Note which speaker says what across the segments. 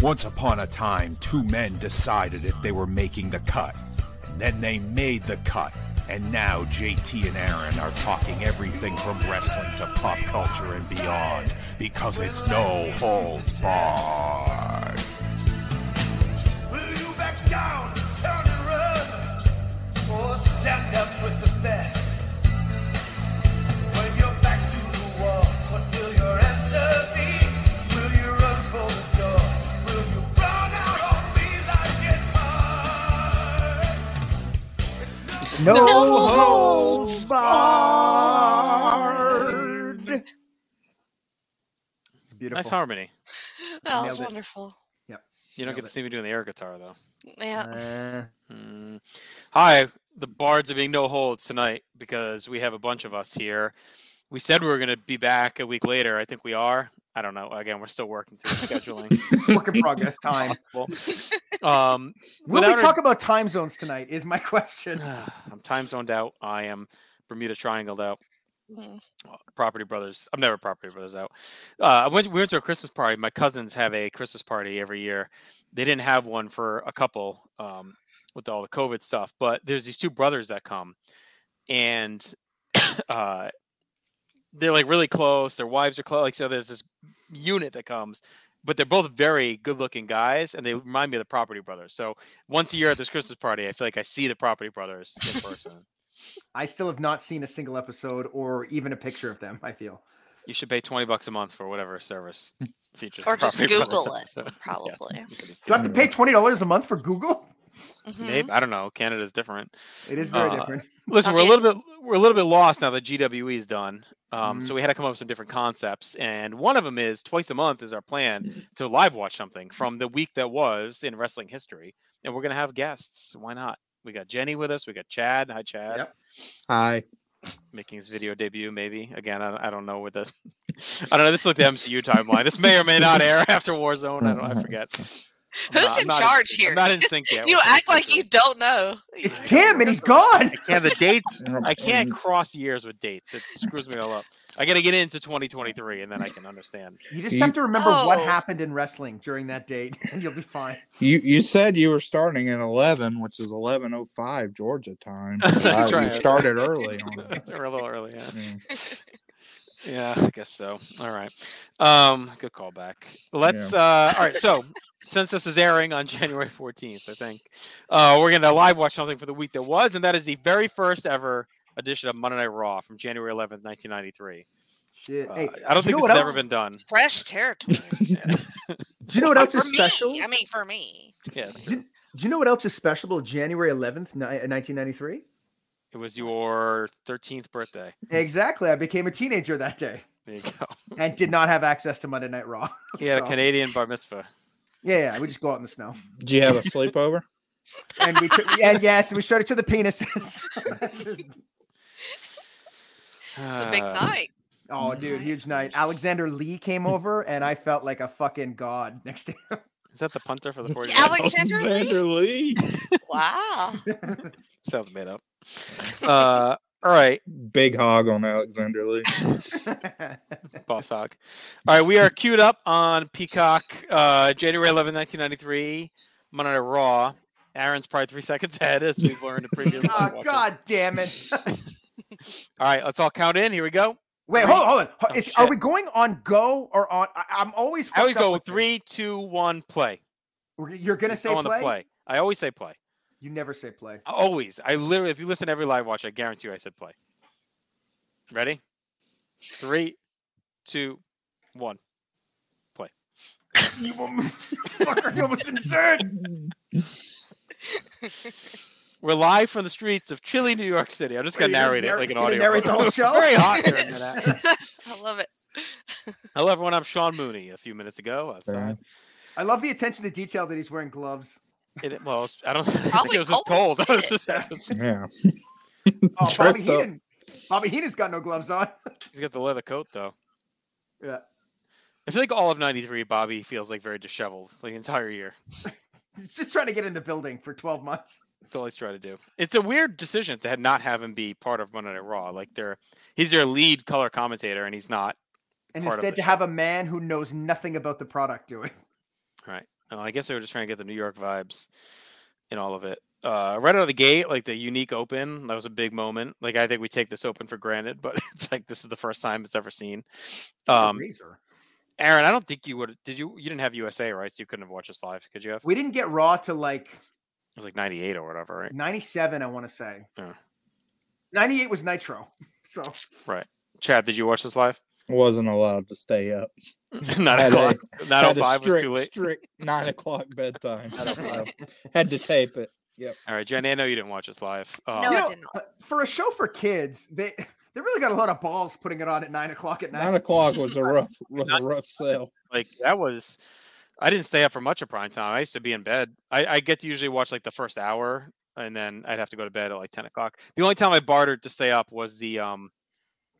Speaker 1: Once upon a time, two men decided if they were making the cut. And then they made the cut. And now JT and Aaron are talking everything from wrestling to pop culture and beyond because it's no holds barred.
Speaker 2: Will you back down, turn and run, or stand up with the best? When your back to the wall, what will your answer be? Will you run for the door? Will you run out on me like it's hard?
Speaker 3: No,
Speaker 1: holds
Speaker 3: barred.
Speaker 4: It's beautiful.
Speaker 5: Nice harmony.
Speaker 6: That was
Speaker 4: Nailed it.
Speaker 6: Oh, wonderful.
Speaker 5: You don't get
Speaker 4: Nailed
Speaker 5: to see me doing the air guitar though.
Speaker 6: Yeah.
Speaker 4: Uh,
Speaker 5: Mm. Hi, the bards are being no holds tonight because we have a bunch of us here. We said we were going to be back a week later. I think we are. I don't know. Again, we're still working through scheduling.
Speaker 4: work in progress time.
Speaker 5: Well, um,
Speaker 4: Will
Speaker 5: Without
Speaker 4: we
Speaker 5: a-
Speaker 4: talk about time zones tonight? Is my question.
Speaker 5: I'm time zoned out. I am Bermuda Triangled out.
Speaker 6: Mm.
Speaker 5: uh, Property Brothers. I'm never Property Brothers out. Uh, I went. We went to a Christmas party. My cousins have a Christmas party every year. They didn't have one for a couple um, with all the COVID stuff, but there's these two brothers that come, and uh, they're like really close. Their wives are close. Like so, there's this unit that comes. But they're both very good-looking guys, and they remind me of the Property Brothers. So once a year at this Christmas party, I feel like I see the Property Brothers in person.
Speaker 4: I still have not seen a single episode or even a picture of them. I feel.
Speaker 5: You should pay twenty bucks a month for whatever service features.
Speaker 6: Or
Speaker 5: the
Speaker 6: just
Speaker 5: property
Speaker 6: Google
Speaker 5: brothers.
Speaker 6: it, probably.
Speaker 5: you could just
Speaker 4: Do I have to
Speaker 5: do
Speaker 4: pay twenty dollars a month for Google?
Speaker 5: that.
Speaker 6: Mhm.
Speaker 5: Maybe I don't know. Canada's different.
Speaker 4: It is very
Speaker 5: Uh,
Speaker 4: different.
Speaker 5: Listen, we're a
Speaker 6: Okay.
Speaker 5: little bit we're a little bit lost now that GWE is done. Um, So we had to come up with some different concepts, and one of them is twice a month is our plan to live watch something from the week that was in wrestling history, and we're gonna have guests. Why not? We got Jenny with us. We got Chad. Hi, Chad.
Speaker 4: Yep.
Speaker 7: Hi.
Speaker 5: Making his video debut, maybe again. I, I don't know what the. I don't know. This is like the MCU timeline. This may or may not air after Warzone. I don't. I forget. I'm
Speaker 6: Who's in charge
Speaker 5: sync-
Speaker 6: here?
Speaker 5: I'm not in sync yet.
Speaker 6: You
Speaker 5: with
Speaker 6: act
Speaker 5: this
Speaker 6: like you
Speaker 5: issue.
Speaker 6: don't know.
Speaker 4: It's Tim, and he's gone.
Speaker 5: I can't. The dates. I can't cross years with dates. It screws me all up. I got to get into 2023, and then I can understand.
Speaker 4: You just have to remember what
Speaker 6: Oh.
Speaker 4: happened in wrestling during that date, and you'll be fine.
Speaker 7: You you said you were starting at eleven, which is eleven oh five Georgia time.
Speaker 5: That's
Speaker 7: Wow, you
Speaker 5: right.
Speaker 7: started early on. it.
Speaker 5: We're a little early. Yeah.
Speaker 7: Yeah.
Speaker 5: Yeah, I guess so. All right. Um, good callback. Let's uh all right, so since this is airing on January 14th, I think, uh we're gonna live watch something for the week that was, and that is the very first ever edition of Monday Night Raw from January 11th, 1993.
Speaker 4: Shit.
Speaker 5: Uh,
Speaker 4: Hey,
Speaker 5: I don't
Speaker 4: you
Speaker 5: think
Speaker 4: know
Speaker 5: it's
Speaker 4: what
Speaker 5: never
Speaker 4: else-
Speaker 5: been done.
Speaker 6: Fresh territory.
Speaker 4: do you know what else
Speaker 6: for
Speaker 4: is special?
Speaker 6: me. I mean, for me.
Speaker 5: Yeah.
Speaker 4: Do, do you know what else is special? about January eleventh, uh, nineteen ninety three.
Speaker 5: It was your 13th birthday.
Speaker 4: Exactly. I became a teenager that day
Speaker 5: There you go.
Speaker 4: and did not have access to Monday Night Raw.
Speaker 5: He had
Speaker 4: So,
Speaker 5: a Canadian bar mitzvah.
Speaker 4: yeah, yeah, we just go out in the snow.
Speaker 7: Did you have a sleepover?
Speaker 4: and we took, and yes, and we showed it to the penises.
Speaker 6: It's a big
Speaker 5: Uh,
Speaker 6: night.
Speaker 4: oh, dude, huge night. Alexander Lee came over, and I felt like a fucking god next to him.
Speaker 5: Is that the punter for the 40?
Speaker 6: Alexander Lee.
Speaker 7: Lee.
Speaker 6: Wow.
Speaker 5: Sounds made up. Uh all right.
Speaker 7: Big hog on Alexander Lee.
Speaker 5: Boss Hog. All right, we are queued up on Peacock, uh, January 11, 1993, Monday Night Raw. Aaron's probably three seconds ahead, as we've learned in previous.
Speaker 4: oh,
Speaker 5: walkers.
Speaker 4: god damn it!
Speaker 5: All right, let's all count in. Here we go.
Speaker 4: Wait,
Speaker 5: Three.
Speaker 4: hold on. Hold on. Ho-
Speaker 5: Oh,
Speaker 4: Is, are
Speaker 5: shit.
Speaker 4: we going on go or on? I, I'm always.
Speaker 5: I always
Speaker 4: fucked up
Speaker 5: go
Speaker 4: with this.
Speaker 5: three, two, one, play.
Speaker 4: We're- You're gonna
Speaker 5: You
Speaker 4: say
Speaker 5: go on
Speaker 4: play?
Speaker 5: the play. I always say play.
Speaker 4: You never say play.
Speaker 5: I Always. I literally, if you listen to every live watch, I guarantee you I said play. Ready? Three, two, one. Play.
Speaker 4: you fucker, you almost didn't say it.
Speaker 5: We're live from the streets of chilly New York City. I'm just
Speaker 4: Wait,
Speaker 5: gonna
Speaker 4: you're gonna
Speaker 5: narrate it
Speaker 4: narr-
Speaker 5: like an
Speaker 4: you're gonna
Speaker 5: audio.
Speaker 4: narrate the whole
Speaker 5: book.
Speaker 4: show?
Speaker 5: Very hot here. in Manhattan.
Speaker 6: I love it.
Speaker 5: Hello, everyone. I'm Sean Mooney. A few minutes ago, outside.
Speaker 4: I love the attention to detail that he's wearing gloves.
Speaker 5: It, well, it's- I don't I think
Speaker 6: Probably
Speaker 5: it was just
Speaker 6: cold as
Speaker 5: cold. I was
Speaker 6: shit.
Speaker 5: just, I was-
Speaker 7: Yeah.
Speaker 4: Oh, Bobby
Speaker 7: Dressed up.
Speaker 4: Heenan. Bobby Heenan's got no gloves on.
Speaker 5: he's got the leather coat though.
Speaker 4: Yeah.
Speaker 5: I feel like all of '93, Bobby feels like very disheveled like, the entire year.
Speaker 4: He's just trying to get in the building for 12 months.
Speaker 5: That's all he's trying to do. It's a weird decision to ha- not have him be part of Monday Night Raw. Like they're he's their lead color commentator, and he's not.
Speaker 4: And
Speaker 5: Part of
Speaker 4: instead
Speaker 5: the
Speaker 4: to have a man who knows nothing about the product do it.
Speaker 5: All right. Uh, I guess they were just trying to get the New York vibes in all of it. Uh, right out of the gate, like the unique open, that was a big moment. Like I think we take this open for granted, but it's like this is the first time it's ever seen. Um,
Speaker 4: Razor.
Speaker 5: Aaron, I don't think you would. Did you? You didn't have USA, right? So you couldn't have watched this live. Could you have? It
Speaker 4: We didn't get Raw to like
Speaker 5: was like '98 or whatever, right?
Speaker 4: 97, I want to say.
Speaker 5: Yeah.
Speaker 4: 98 was Nitro. So
Speaker 7: Mm.
Speaker 5: Chad, did you watch this live?
Speaker 7: Wasn't allowed to stay up.
Speaker 5: Nine
Speaker 7: Had a-
Speaker 5: o'clock. Nine
Speaker 7: Had
Speaker 5: oh
Speaker 7: a
Speaker 5: five was
Speaker 7: strict,
Speaker 5: too late.
Speaker 7: strict nine o'clock bedtime.
Speaker 6: Nine oh
Speaker 7: so
Speaker 6: five.
Speaker 7: had to tape it.
Speaker 5: All right, Jenny, I know you didn't watch this live. Um,
Speaker 6: No,
Speaker 4: You
Speaker 6: I
Speaker 4: know,
Speaker 6: did not.
Speaker 4: but uh, for a show for kids, they they really got a lot of balls putting it on at nine o'clock at night.
Speaker 7: Nine o'clock was a rough was a rough sell.
Speaker 5: like that was i didn't stay up for much of prime time i used to be in bed I, I get to usually watch like the first hour and then i'd have to go to bed at like 10 o'clock the only time i bartered to stay up was the um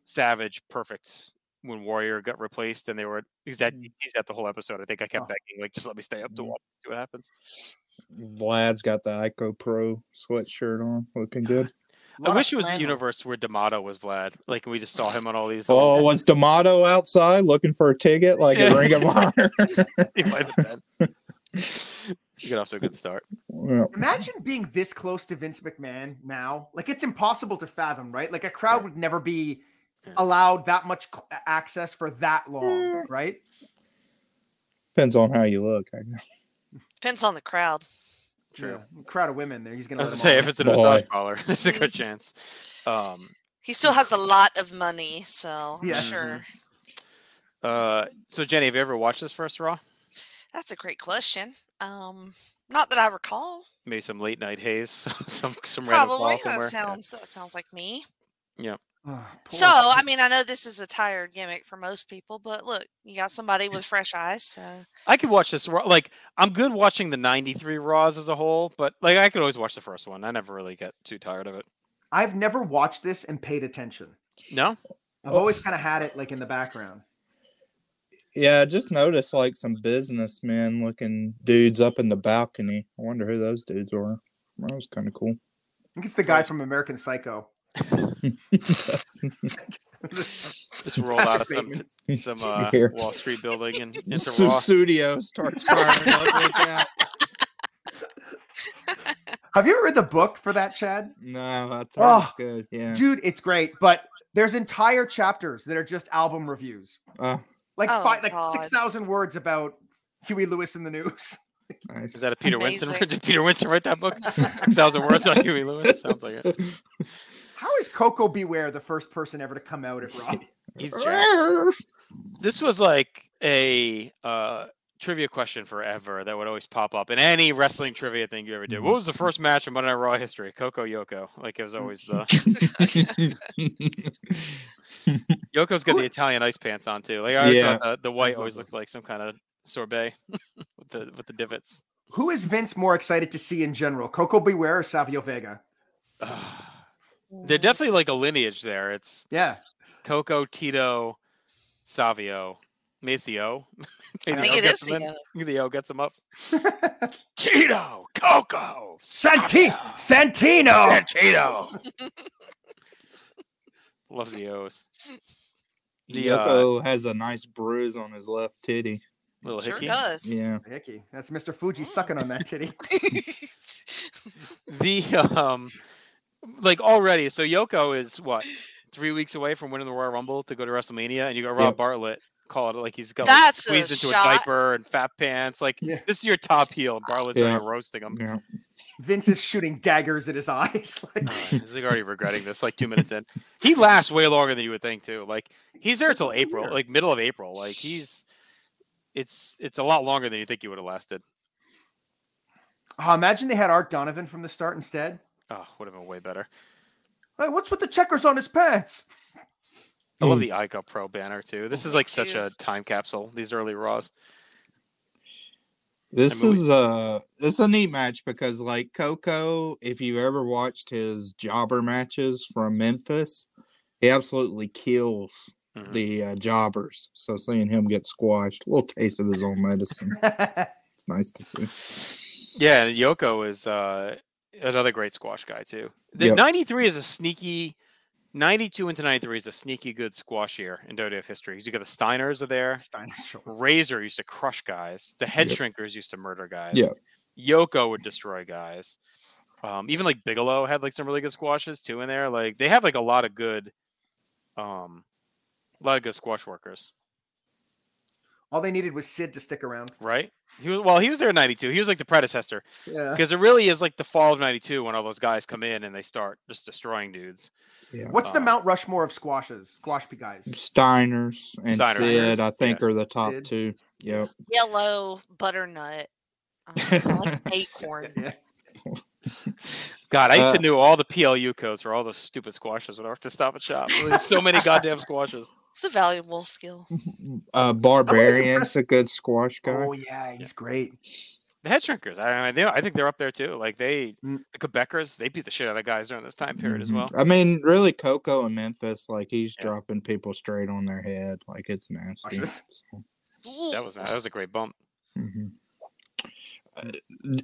Speaker 5: savage perfect when warrior got replaced and they were because that he's at the whole episode i think i kept
Speaker 4: Oh.
Speaker 5: begging like just let me stay up to
Speaker 7: Mhm.
Speaker 5: watch see what happens
Speaker 7: Vlad's got the Ico Pro sweatshirt on, looking good.
Speaker 5: i
Speaker 4: Lot of
Speaker 5: wish it was a
Speaker 4: flannel.
Speaker 5: universe where d'amato was vlad like we just saw him on all these
Speaker 7: Oh, was D'Amato outside looking for a ticket like a Ring of Honor?
Speaker 5: He might have been. you get off to a good start
Speaker 7: Well,
Speaker 4: Imagine being this close to Vince McMahon now. Like it's impossible to fathom, right? Like a crowd would never be
Speaker 5: Yeah. Mm.
Speaker 4: allowed that much cl- uh, access for that long, right?
Speaker 7: depends on how you look. I guess.
Speaker 6: Depends on the crowd.
Speaker 5: true
Speaker 4: Yeah, crowd of women there. He's
Speaker 5: i
Speaker 4: gonna
Speaker 5: was
Speaker 4: let
Speaker 5: gonna say
Speaker 4: them
Speaker 5: if
Speaker 4: all in.
Speaker 5: it's a massage
Speaker 7: Boy.
Speaker 5: parlor there's a good chance um
Speaker 6: He still has a lot of money, so I'm
Speaker 4: Yes.
Speaker 6: sure.
Speaker 5: Mm-hmm. Uh, so Jenny, have you ever watched this first Raw?
Speaker 6: That's a great question. Um, not that I recall.
Speaker 5: Maybe some late night haze, some some random
Speaker 6: Probably
Speaker 5: call
Speaker 6: that
Speaker 5: somewhere.
Speaker 6: sounds that sounds like me.
Speaker 4: Ah, poor
Speaker 6: So I
Speaker 4: thing.
Speaker 6: mean, I know this is a tired gimmick for most people, but look, you got somebody with fresh eyes. So
Speaker 5: I could watch this Raw. Like I'm good watching the '93 Raws as a whole, but like I could always watch the first one. I never really get too tired of it.
Speaker 4: I've never watched this and paid attention.
Speaker 5: No,
Speaker 4: I've
Speaker 7: Oh.
Speaker 4: always kind of had it like in the background.
Speaker 7: Yeah, I just noticed like some businessmen looking dudes up in the balcony. I wonder who those dudes were. That was kind of cool.
Speaker 4: I think it's the guy from American Psycho.
Speaker 5: just rolled out of some
Speaker 4: Statement.
Speaker 5: t- some uh,
Speaker 7: Here.
Speaker 5: Wall Street building and into
Speaker 7: Su-
Speaker 5: Raw.
Speaker 7: studio starts firing up like that.
Speaker 4: Have you ever read the book for that, Chad?
Speaker 7: No, that's
Speaker 4: Oh,
Speaker 5: Ah.
Speaker 7: good. Yeah.
Speaker 4: Dude, it's great, but there's entire chapters that are just album reviews.
Speaker 7: Oh,
Speaker 4: Like
Speaker 6: Oh,
Speaker 4: fi- like
Speaker 6: God.
Speaker 4: 6,000 words about Huey Lewis in the news.
Speaker 7: nice.
Speaker 5: Is that a Peter Winston?
Speaker 6: Amazing.
Speaker 5: Did Peter Winston write that book? Six thousand words on Huey Lewis. Sounds like it.
Speaker 4: How is Coco Beware the first person ever to come out at Raw?
Speaker 5: He's jacked. this was like a uh, trivia question forever that would always pop up in any wrestling trivia thing you ever did.
Speaker 6: Mm-hmm.
Speaker 5: What was the first match in Monday Night Raw history? Coco Yoko. Like it was always uh, the Yoko's got the Italian ice pants on too. Like I always
Speaker 7: Yeah.
Speaker 5: thought the, the white
Speaker 6: Mm-hmm.
Speaker 5: always looked like some kind of sorbet with the with the divots.
Speaker 4: Who is Vince more excited to see in general, Coco Beware or Savio Vega?
Speaker 6: Mm-hmm.
Speaker 5: They're
Speaker 6: mm,
Speaker 5: definitely like a lineage there. It's
Speaker 4: Yeah.
Speaker 5: Coco, Tito, Savio. Maybe it's the O.
Speaker 6: I
Speaker 5: Maybe
Speaker 6: think
Speaker 5: O
Speaker 6: it
Speaker 5: gets
Speaker 6: is
Speaker 5: them in.
Speaker 6: the
Speaker 5: The O gets them up. Tito, Coco,
Speaker 4: Santi- Santino.
Speaker 5: Santino. Love the O's. The, uh,
Speaker 7: Yoko has a nice bruise on his left titty.
Speaker 5: Little
Speaker 6: sure
Speaker 5: hickey.
Speaker 6: does.
Speaker 7: Yeah.
Speaker 4: Hickey. That's Mr. Fuji sucking on that titty.
Speaker 5: The um, like already. So Yoko is what three weeks away from winning the Royal Rumble to go to WrestleMania, and you got Rob
Speaker 7: Yep.
Speaker 5: Bartlett call it like he's got like,
Speaker 6: That's a
Speaker 5: squeezed into a
Speaker 6: shot.
Speaker 5: diaper and fat pants. Like
Speaker 4: Yeah.
Speaker 5: this is your top heel. Bartlett's
Speaker 7: Yeah.
Speaker 5: already roasting him.
Speaker 7: yeah.
Speaker 4: Vince is shooting daggers at his eyes. like,
Speaker 5: He's like already regretting this. Like two minutes in, he lasts way longer than you would think too. Like he's there till April,
Speaker 4: weird.
Speaker 5: like middle of April. Like he's it's it's a lot longer than you think it would have lasted.
Speaker 4: Oh, imagine they had Art Donovan from the start instead.
Speaker 5: Oh, would have been way better.
Speaker 4: Hey, what's with the checkers on his pants?
Speaker 5: I love
Speaker 7: Mm.
Speaker 5: the Ico Pro banner too. This is like such a
Speaker 6: Jeez.
Speaker 5: time capsule. These early Raws.
Speaker 7: This
Speaker 5: I mean, we-
Speaker 7: is uh this is a neat match because like Coco, if you ever watched his jobber matches from Memphis, he absolutely kills
Speaker 5: Mhm.
Speaker 7: the uh, jobbers. So seeing him get squashed, a little taste of his own medicine. It's nice to see.
Speaker 5: Yeah, and Yoko is uh, another great squash guy too. The
Speaker 7: Yep.
Speaker 5: 93 is a sneaky 92 into 93 is a sneaky good squash year in WWF history. 'cause You got the Steiners are there.
Speaker 4: Steiner's shoulder.
Speaker 5: Razor used to crush guys. The head
Speaker 7: Yep.
Speaker 5: shrinkers used to murder guys.
Speaker 7: Yep.
Speaker 5: Yoko would destroy guys. Um, even like Bigelow had like some really good squashes too in there. Like they have like a lot of good, um, a lot of good squash workers,
Speaker 4: All they needed was Sid to stick around.
Speaker 5: right? He was well, he was there in '92. He was like the predecessor
Speaker 7: Uh.
Speaker 4: Yeah.
Speaker 5: because it really is like the fall of '92 when all those guys come in and they start just destroying dudes.
Speaker 4: What's the
Speaker 5: Uh,
Speaker 4: Mount Rushmore of squashes? Squash guys.
Speaker 7: Steiners and
Speaker 5: Steiners,
Speaker 7: Sid, I
Speaker 5: yeah.
Speaker 7: think, are the top
Speaker 4: Sid.
Speaker 7: two. Yep. Uh,
Speaker 6: Yellow butternut. um, like acorn.
Speaker 4: Yeah.
Speaker 5: God, I used to
Speaker 7: Uh,
Speaker 5: know all the PLU codes for all those stupid squashes when I worked at Stop and Shop. There was so many goddamn squashes.
Speaker 6: It's a valuable skill.
Speaker 7: Uh Barbarian's a good squash guy.
Speaker 4: Oh yeah, he's great.
Speaker 5: The head shrinkers, I, I, they, I think they're up there too. Like they,
Speaker 4: Mm. Mm-hmm.
Speaker 5: the Quebecers, they beat the shit out of guys during this time period as well.
Speaker 7: Mhm. I mean, really, Coco and Memphis, like he's
Speaker 5: Yeah.
Speaker 7: dropping people straight on their head, like it's nasty.
Speaker 4: Cautious.
Speaker 7: So,
Speaker 5: That was that was a great bump. Mm-hmm.
Speaker 7: mhm. Uh,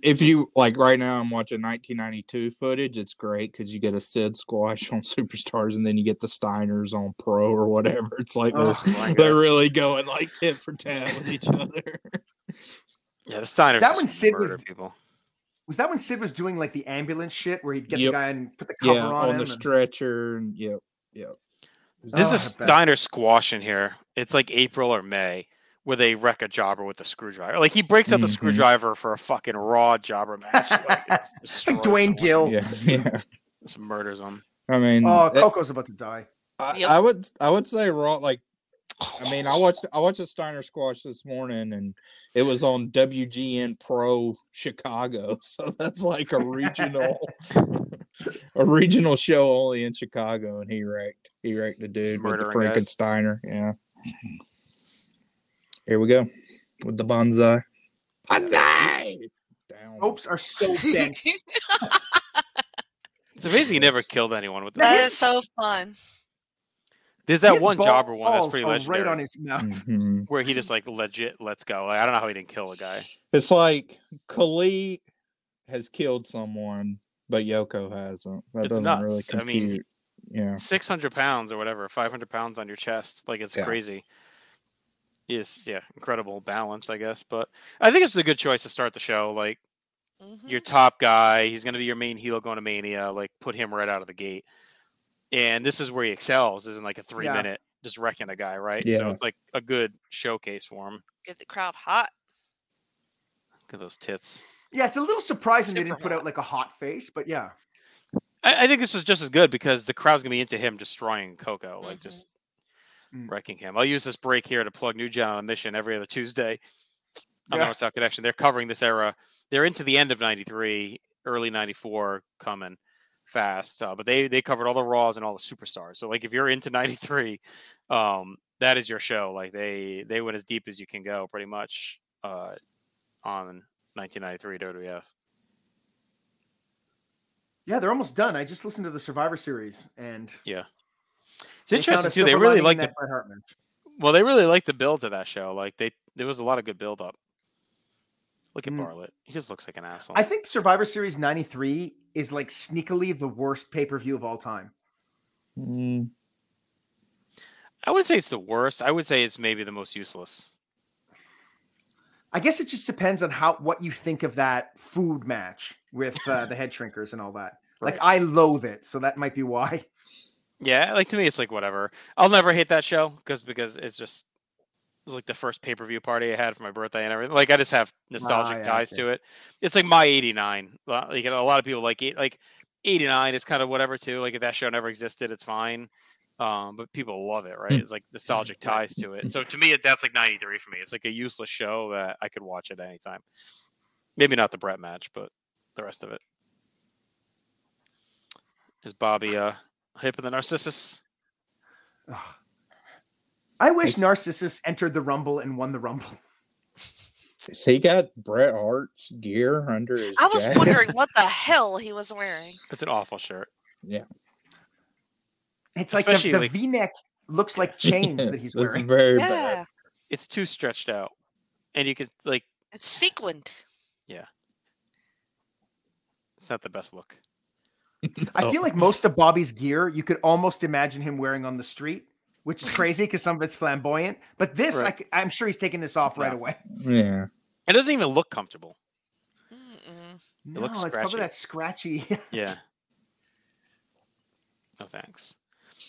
Speaker 7: If you like, right now I'm watching 1992 footage. It's great because you get a Sid squash on Superstars, and then you get the Steiners on Pro or whatever. It's like
Speaker 4: Oh,
Speaker 7: they're,
Speaker 5: my
Speaker 7: they're
Speaker 5: God.
Speaker 7: really going like tit for tat with each other.
Speaker 5: Yeah, the Steiners.
Speaker 4: That
Speaker 5: just
Speaker 4: one Sid was-
Speaker 5: murdered people.
Speaker 4: Was that when Sid was doing like the ambulance shit where he'd get
Speaker 7: Yep.
Speaker 4: the guy and put the cover
Speaker 7: yeah,
Speaker 4: on,
Speaker 7: on,
Speaker 4: him?
Speaker 7: the
Speaker 4: and-
Speaker 7: stretcher, and yep, yep.
Speaker 5: This
Speaker 4: Oh,
Speaker 5: is
Speaker 4: I
Speaker 5: a
Speaker 4: bet.
Speaker 5: Steiner squash in here. It's like April or May where they wreck a jobber with a screwdriver. Like he breaks out the
Speaker 4: Mm-hmm.
Speaker 7: Mhm.
Speaker 5: screwdriver for a fucking raw jobber match. Like, it just
Speaker 4: Like
Speaker 5: destroys someone,
Speaker 4: Dwayne Gill.
Speaker 7: yeah, yeah.
Speaker 5: Just murders them.
Speaker 7: I mean,
Speaker 4: Oh,
Speaker 7: it-
Speaker 4: Coco's about to die.
Speaker 7: I,
Speaker 6: Yep.
Speaker 7: I would I would say raw like I mean I watched I watched a Steiner squash this morning and it was on WGN Pro Chicago so that's like a regional a regional show only in Chicago and he wrecked he wrecked the dude with the
Speaker 5: murdering guys.
Speaker 7: Frankensteiner yeah here we go with the bonsai bonsai down
Speaker 4: Ropes are so thin.
Speaker 5: It's amazing he never
Speaker 7: Yes.
Speaker 5: killed anyone with
Speaker 6: that
Speaker 5: this.
Speaker 6: is so fun.
Speaker 5: There's that
Speaker 4: His
Speaker 5: one jobber one that's
Speaker 4: balls
Speaker 5: pretty
Speaker 4: are
Speaker 5: legendary
Speaker 4: Right on his mouth.
Speaker 7: Mhm.
Speaker 5: where he just like legit lets go. Like I don't know how he didn't kill a guy.
Speaker 7: It's like Khalid has killed someone, but Yoko hasn't. That
Speaker 5: It's
Speaker 7: doesn't
Speaker 5: nuts.
Speaker 7: really
Speaker 5: I mean-
Speaker 7: compute. yeah.
Speaker 5: Six hundred pounds or whatever, five hundred pounds on your chest. Like it's
Speaker 7: Yeah.
Speaker 5: crazy. Yes, yeah, incredible balance, I guess. But I think it's a good choice to start the show. Like
Speaker 6: Mhm.
Speaker 5: your top guy. He's going to be your main heel going to Mania. Like, put him right out of the gate. And this is where he excels, is in like a three
Speaker 4: Yeah.
Speaker 5: minute just wrecking a guy, right? So
Speaker 7: Yeah.
Speaker 5: it's like a good showcase for him.
Speaker 6: Get the crowd hot.
Speaker 5: Look at those tits.
Speaker 4: Yeah, it's a little surprising they
Speaker 6: Super
Speaker 4: didn't put
Speaker 6: hot.
Speaker 4: out like a hot face, but yeah.
Speaker 5: I, I think this was just as good because the crowd's going to be into him destroying Coco, like
Speaker 6: Mhm.
Speaker 5: just
Speaker 4: Mm.
Speaker 5: wrecking him. I'll use this break here to plug New Gen on a mission every other Tuesday on
Speaker 4: Yeah.
Speaker 5: the North South Connection. They're covering this era. They're into the end of 93, early 94 coming fast. Uh, but they they covered all the Raws and all the superstars. So like if you're into 93, um, that is your show. Like they they went as deep as you can go pretty much uh, on 1993 WWF.
Speaker 4: Yeah, they're almost done. I just listened to the Survivor Series and
Speaker 5: It's
Speaker 4: they found
Speaker 5: interesting
Speaker 4: a
Speaker 5: too. They
Speaker 4: silver
Speaker 5: really
Speaker 4: lining in
Speaker 5: like the
Speaker 4: that Bret Hart match.
Speaker 5: Well, they really liked the build to that show. Like they, there was a lot of good build up. Look at
Speaker 4: Mm.
Speaker 5: Bartlett; he just looks like an asshole.
Speaker 4: I think Survivor Series 93 is like sneakily the worst pay-per-view of all time.
Speaker 7: Mm,
Speaker 5: I would say it's the worst. I would say it's maybe the most useless.
Speaker 4: I guess it just depends on how what you think of that food match with uh, the head shrinkers and all that. Like I loathe it, so that might be why.
Speaker 5: Yeah, like to me, it's like whatever. I'll never hate that show because because it's just it was like the first pay per view party I had for my birthday and everything. Like I just have nostalgic
Speaker 4: yeah,
Speaker 5: ties
Speaker 4: okay.
Speaker 5: to it. It's like my '89. Like you know, a lot of people like it. Like '89 is kind of whatever too. Like if that show never existed, it's fine. Um, but people love it, right? It's like nostalgic ties to it. So to me, it- that's like 93 for me. It's like a useless show that I could watch at any time. Maybe not the Brett match, but the rest of it. Is Bobby uh hip of the Narcissus?
Speaker 4: Ugh. I wish
Speaker 7: It's-
Speaker 4: Narcissus entered the Rumble and won the Rumble.
Speaker 7: Has he got Bret Hart's gear under his
Speaker 6: I was
Speaker 7: jacket?
Speaker 6: wondering what the hell he was wearing.
Speaker 5: It's an awful shirt.
Speaker 4: It's like the,
Speaker 5: Especially,
Speaker 4: the
Speaker 5: like-
Speaker 4: V-neck looks like chains that he's
Speaker 7: This is
Speaker 4: wearing.
Speaker 7: very bad.
Speaker 6: Yeah,
Speaker 5: It's too stretched out, and you could like
Speaker 6: it's sequined.
Speaker 5: it's not the best look. Oh.
Speaker 4: I feel like most of Bobby's gear you could almost imagine him wearing on the street, which is crazy because some of it's flamboyant. But this,
Speaker 5: Right.
Speaker 4: like, I'm sure he's taking this off right
Speaker 5: Yeah.
Speaker 4: away.
Speaker 7: Yeah.
Speaker 5: It doesn't even look comfortable.
Speaker 6: Mm-mm.
Speaker 4: No,
Speaker 5: looks
Speaker 4: it's
Speaker 5: scratchy.
Speaker 4: probably that scratchy.
Speaker 5: Yeah. No thanks.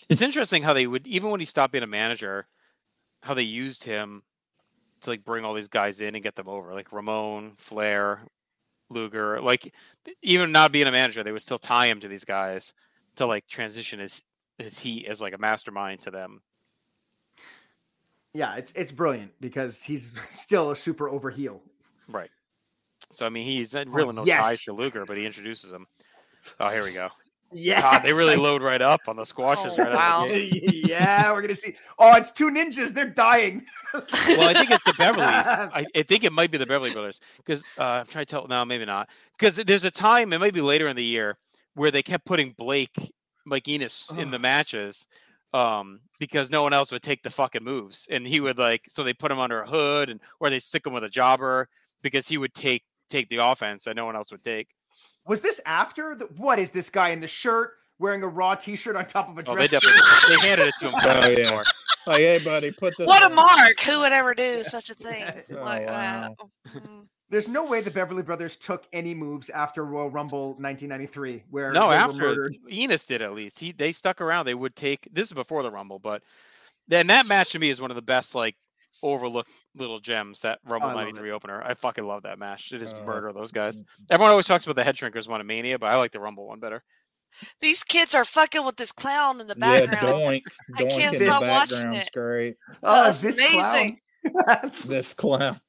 Speaker 5: It's interesting how they would even when he stopped being a manager, how they used him to like bring all these guys in and get them over, like Ramon, Flair, Luger. Like even not being a manager, they would still tie him to these guys to like transition his his heat as like a mastermind to them.
Speaker 4: yeah, it's it's brilliant because he's still a super over heel.
Speaker 5: Right. So I mean, he's had
Speaker 4: Oh,
Speaker 5: really no ties
Speaker 4: yes.
Speaker 5: to Luger, but he introduces him. Oh, here we go.
Speaker 4: Yeah,
Speaker 5: God, they really load right up on the squashes.
Speaker 6: Oh,
Speaker 5: right out
Speaker 6: wow.
Speaker 5: of the gate.
Speaker 4: yeah, we're gonna see. Oh, it's two ninjas. They're dying.
Speaker 5: well, I think it's the Beverly's. I, I think it might be the Beverly Brothers because uh, I'm trying to tell. No, maybe not. Because there's a time, it might be later in the year, where they kept putting Blake, Mike Enos, in the matches um, because no one else would take the fucking moves, and he would like. So they put him under a hood, and or they stick him with a jobber because he would take take the offense that no one else would take.
Speaker 4: Was this after the, what is this guy in the shirt wearing a raw T-shirt on top of a
Speaker 5: Oh,
Speaker 4: dress?
Speaker 5: they
Speaker 4: shirt?
Speaker 5: definitely they handed it to him.
Speaker 7: Oh, yeah.
Speaker 5: before.
Speaker 7: Like, hey, buddy, put this.
Speaker 6: What a
Speaker 7: on.
Speaker 6: mark! Who would ever do such a thing?
Speaker 7: Oh,
Speaker 6: like that?
Speaker 7: wow.
Speaker 6: Mm.
Speaker 4: There's no way the Beverly Brothers took any moves after Royal Rumble 1993, where they
Speaker 5: No,
Speaker 4: were
Speaker 5: after
Speaker 4: murdered.
Speaker 5: Enos did at least. He they stuck around. They would take this is before the Rumble, but then that match to me is one of the best like overlooked little gems that Rumble
Speaker 4: I love it.
Speaker 5: '93 opener. I fucking love that match. It is
Speaker 7: Uh,
Speaker 5: murder those guys. Everyone always talks about the head shrinkers one at Mania, but I like the Rumble one better.
Speaker 6: These kids are fucking with this clown in the
Speaker 7: Yeah,
Speaker 6: background.
Speaker 7: doink,
Speaker 6: I
Speaker 7: doink
Speaker 6: can't
Speaker 7: in the
Speaker 6: stop watching
Speaker 7: background's
Speaker 6: it.
Speaker 7: great.
Speaker 4: Oh,
Speaker 6: that's
Speaker 4: this
Speaker 6: amazing.
Speaker 4: clown.
Speaker 7: This clown.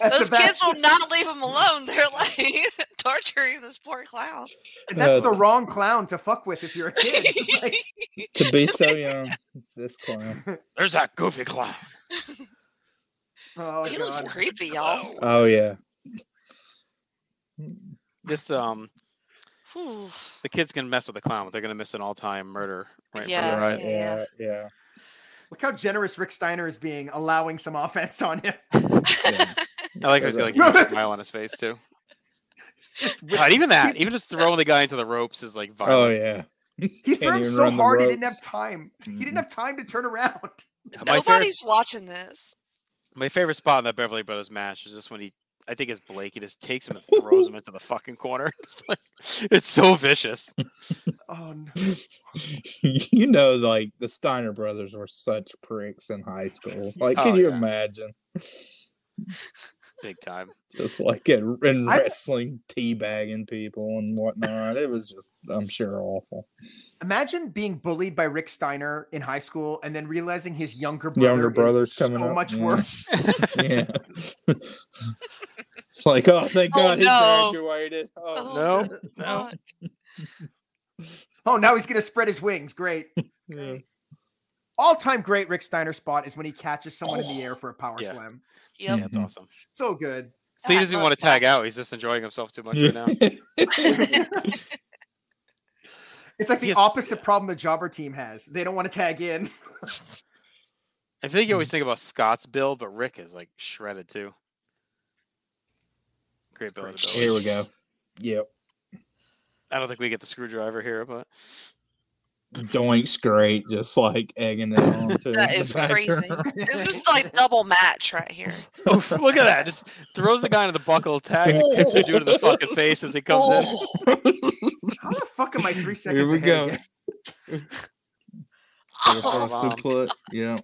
Speaker 4: That's
Speaker 6: Those
Speaker 4: the
Speaker 6: kids
Speaker 4: best.
Speaker 6: will not leave him alone. They're like torturing this poor clown.
Speaker 4: That's
Speaker 7: Uh,
Speaker 4: the wrong clown to fuck with if you're a kid. Like,
Speaker 7: To be so young, this clown.
Speaker 5: There's that goofy clown.
Speaker 4: oh,
Speaker 6: he looks
Speaker 4: God.
Speaker 6: creepy, y'all.
Speaker 7: Oh yeah.
Speaker 5: This um
Speaker 6: Whew.
Speaker 5: the kids can mess with the clown, but they're gonna miss an all-time murder. Right, from
Speaker 6: Yeah,
Speaker 5: the right.
Speaker 7: right, yeah, yeah.
Speaker 4: Look how generous Rick Steiner is being, allowing some offense on him.
Speaker 7: yeah.
Speaker 5: I like how he's got like a huge smile on his face too. God, even that, even just throwing the guy into the ropes is like violent.
Speaker 7: Oh yeah.
Speaker 4: He
Speaker 7: Can't
Speaker 4: threw him
Speaker 7: even
Speaker 4: so
Speaker 7: run the
Speaker 4: hard he didn't have
Speaker 7: ropes.
Speaker 4: time. He
Speaker 7: Mhm.
Speaker 4: didn't have time to turn around.
Speaker 5: My favorite-
Speaker 6: Nobody's watching this.
Speaker 5: My favorite spot in that Beverly Brothers match is just when he, I think it's Blake, he just takes him and throws him into the fucking corner. It's, like, it's so vicious.
Speaker 4: Oh no.
Speaker 7: you know, like the Steiner brothers were such pricks in high school. Like,
Speaker 5: Oh,
Speaker 7: can you
Speaker 5: yeah.
Speaker 7: imagine?
Speaker 5: Big time.
Speaker 7: Just like in, in
Speaker 4: I-
Speaker 7: wrestling, teabagging people and whatnot. It was just, I'm sure, awful.
Speaker 4: Imagine being bullied by Rick Steiner in high school and then realizing his younger brother
Speaker 7: Younger brother's
Speaker 4: is
Speaker 7: coming
Speaker 4: so
Speaker 7: up, Mm.
Speaker 4: much
Speaker 7: yeah.
Speaker 4: worse.
Speaker 7: Yeah. it's like, oh, thank
Speaker 6: Oh,
Speaker 7: God he
Speaker 6: no.
Speaker 7: graduated. Oh,
Speaker 5: No,
Speaker 6: no.
Speaker 4: Oh, now he's gonna spread his wings. Great.
Speaker 7: yeah.
Speaker 4: All-time great Rick Steiner spot is when he catches someone in the air for a power
Speaker 5: Yeah.
Speaker 4: slam.
Speaker 6: Yep.
Speaker 5: Yeah, it's awesome.
Speaker 4: So good.
Speaker 5: So he
Speaker 6: that
Speaker 5: doesn't even want to
Speaker 6: mustache.
Speaker 5: tag out. He's just enjoying himself too much right now.
Speaker 4: It's like the
Speaker 5: Yes.
Speaker 4: opposite problem the jobber team has. They don't want to tag in.
Speaker 5: I think you always think about Scott's build, but Rick is like shredded too. Great build.
Speaker 4: pretty
Speaker 5: ability.
Speaker 7: Here we go. Yep.
Speaker 5: I don't think we get the screwdriver here, but
Speaker 7: Doink's great, just like egging it on. too.
Speaker 6: That
Speaker 7: The
Speaker 6: is
Speaker 7: back
Speaker 6: crazy.
Speaker 7: row.
Speaker 6: This is like double match right here.
Speaker 5: oh, look at that. Just throws the guy into the buckle, tags him, kicks the dude in the fucking face as he comes in.
Speaker 6: Oh.
Speaker 4: How the fuck am I three seconds?
Speaker 7: we
Speaker 4: ahead
Speaker 7: go.
Speaker 4: again?
Speaker 7: The
Speaker 6: Oh,
Speaker 7: first
Speaker 5: Mom.
Speaker 7: suplex, Yeah.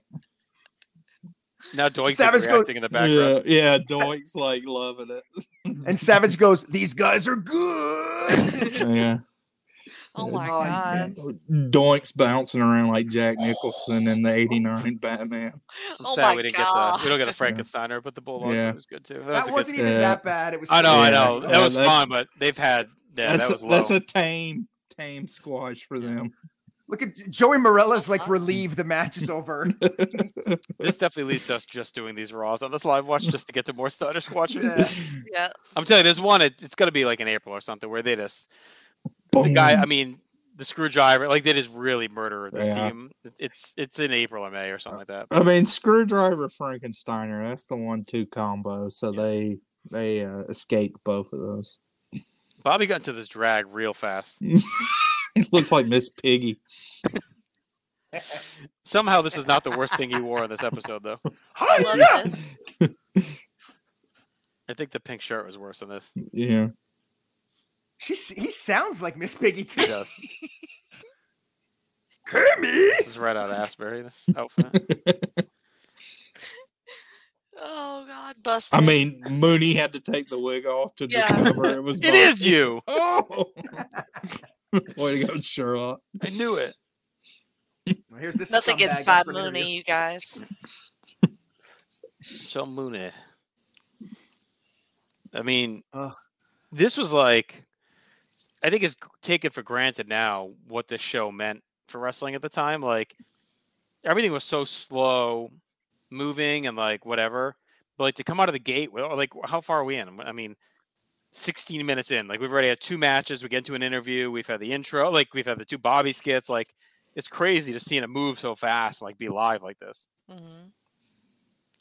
Speaker 5: Now Doink's like,
Speaker 4: Savage goes-
Speaker 5: reacting in the background.
Speaker 7: Yeah, yeah, Doink's like loving it.
Speaker 4: And Savage goes, These guys are good.
Speaker 7: yeah.
Speaker 6: Oh my
Speaker 4: Oh, yeah.
Speaker 6: god.
Speaker 7: Doinks bouncing around like Jack Nicholson in the '89 Batman.
Speaker 5: I'm
Speaker 6: Oh
Speaker 5: sad
Speaker 6: my
Speaker 5: we didn't get
Speaker 6: God.
Speaker 5: the we don't get the Frankensteiner, but the Bulldog
Speaker 7: Yeah.
Speaker 5: was good too. That, was a
Speaker 4: That
Speaker 5: good-
Speaker 4: wasn't even
Speaker 7: Yeah.
Speaker 4: that bad. It was.
Speaker 5: I know, I
Speaker 7: Yeah.
Speaker 5: know. That
Speaker 7: Yeah,
Speaker 5: was
Speaker 7: that's-
Speaker 5: fine, but they've had yeah,
Speaker 7: that's
Speaker 5: that was
Speaker 7: a,
Speaker 5: low.
Speaker 7: that's a tame tame squash for them.
Speaker 4: Look at Joey Morella's like relieved the match is over.
Speaker 5: this definitely leads to us just doing these raws on this live watch just to get to more Stutter Squatches.
Speaker 4: Yeah.
Speaker 6: Yeah.
Speaker 5: I'm telling you, there's one. It, it's gonna be like in April or something where they just the guy. I
Speaker 7: Boom.
Speaker 5: mean, the screwdriver. Like they just really murder this
Speaker 7: Yeah. Uh.
Speaker 5: team. It- It's it's in April or May or something like that.
Speaker 7: I mean, Screwdriver Frankensteiner. That's the one-two combo. So
Speaker 5: Yeah.
Speaker 7: they they uh, escaped both of those.
Speaker 5: Bobby got into this drag real fast.
Speaker 7: It looks like Miss Piggy.
Speaker 5: Somehow this is not the worst thing he wore on this episode though.
Speaker 6: I love this.
Speaker 5: I think the pink shirt was worse than this.
Speaker 7: Yeah.
Speaker 4: She s- he sounds like Miss Piggy too.
Speaker 5: He does.
Speaker 4: Kimmy.
Speaker 5: This is right out of Asbury. This outfit.
Speaker 6: Oh god, busted.
Speaker 7: I mean, Mooney had to take the wig off to
Speaker 6: Yeah.
Speaker 7: discover it was.
Speaker 5: It is you.
Speaker 7: Oh. Way to go, Sherlock.
Speaker 5: I knew it.
Speaker 4: Well, here's this.
Speaker 6: nothing against
Speaker 4: scumbag
Speaker 6: Bob
Speaker 4: up for an interview.
Speaker 6: Mooney, you guys.
Speaker 5: Shel Mooney. I mean,
Speaker 4: Ugh.
Speaker 5: this was like, I think it's g- taken for granted now what this show meant for wrestling at the time. Like, everything was so slow moving and like whatever. But like to come out of the gate, well, like how far are we in? I mean, 16 minutes in. Like we've already had two matches. We get into an interview. We've had the intro. Like we've had the two Bobby skits. Like it's crazy to seeing it move so fast. Like be live like this.
Speaker 6: Mhm.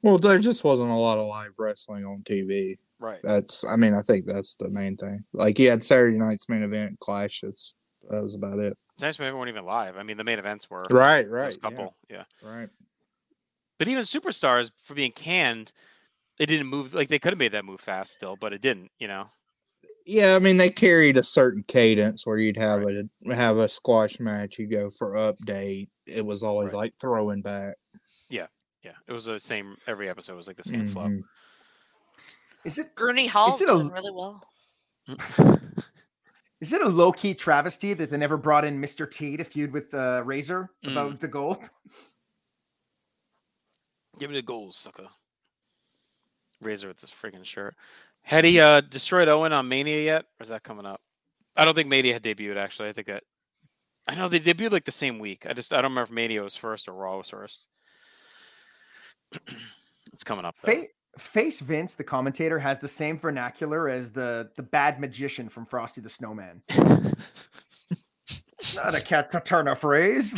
Speaker 7: Well, there just wasn't a lot of live wrestling on TV.
Speaker 5: Right.
Speaker 7: That's, I mean, I think that's the main thing. Like, you had Saturday night's main event clash. That's that was about it.
Speaker 5: Sometimes we weren't even live. I mean, the main events were
Speaker 7: Right,
Speaker 5: there
Speaker 7: right,
Speaker 5: was a couple, yeah.
Speaker 7: right.
Speaker 5: But even superstars for being canned, they didn't move. Like they could have made that move fast still, but it didn't. You know,
Speaker 7: Yeah, I mean, they carried a certain cadence where you'd have a have a squash match. You go for update. It was always like throwing back.
Speaker 5: yeah, it was the same. Every episode was like the same
Speaker 7: Mhm.
Speaker 4: Is it
Speaker 6: Gurney Hall's
Speaker 4: it a-
Speaker 6: doing really well.
Speaker 5: flow.
Speaker 7: Mm-hmm.
Speaker 4: is it a low key travesty that they never brought in Mr. T to feud with uh, Razor about the gold?
Speaker 5: Give me the goals, sucker. Razor with this freaking shirt. Had he uh, destroyed Owen on Mania yet, or is that coming up? I don't think Mania had debuted. Actually, I think that. I know they debuted like the same week. I just I don't remember if Mania was first or Raw was first. it's coming up. Though.
Speaker 4: Fa- Face Vince, the commentator, has the same vernacular as the the bad magician from Frosty the Snowman. Not a cat to turn a phrase.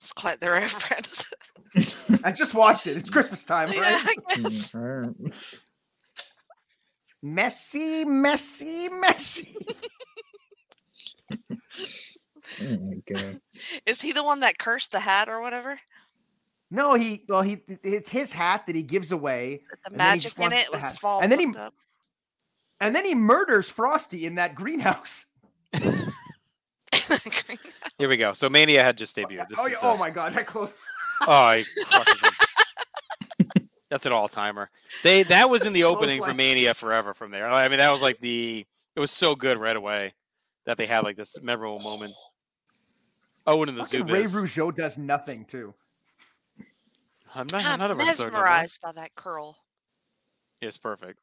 Speaker 6: It's quite the reference.
Speaker 4: I just watched it. It's Christmas time,
Speaker 6: yeah,
Speaker 4: right?
Speaker 6: I guess.
Speaker 7: Mm, all right.
Speaker 4: Messy, messy, messy.
Speaker 7: Oh my god.
Speaker 6: Is he the one that cursed the hat or whatever?
Speaker 4: No, he well, he it's his hat that he gives away,
Speaker 6: That The
Speaker 4: And then he just
Speaker 6: magic in
Speaker 4: wants
Speaker 6: it
Speaker 4: the
Speaker 6: was
Speaker 4: hat.
Speaker 6: fall.
Speaker 4: And then he-
Speaker 6: up.
Speaker 4: and then he murders Frosty in that greenhouse.
Speaker 5: Here we go. So Mania had just debuted. This
Speaker 4: oh,
Speaker 5: is,
Speaker 4: yeah,
Speaker 5: uh,
Speaker 4: oh my god, that close.
Speaker 5: Oh, I fucking- that's an all timer. They that was in the
Speaker 4: Close
Speaker 5: opening for
Speaker 4: line.
Speaker 5: Mania forever. From there, I mean that was like the it was so good right away that they had like this memorable moment. Owen and the
Speaker 4: Fucking Ray
Speaker 5: Zubas.
Speaker 4: Rougeau does nothing too.
Speaker 5: I'm not, I'm not a
Speaker 6: I'm
Speaker 5: wrestler, no more.
Speaker 6: mesmerized by that curl.
Speaker 5: It's perfect.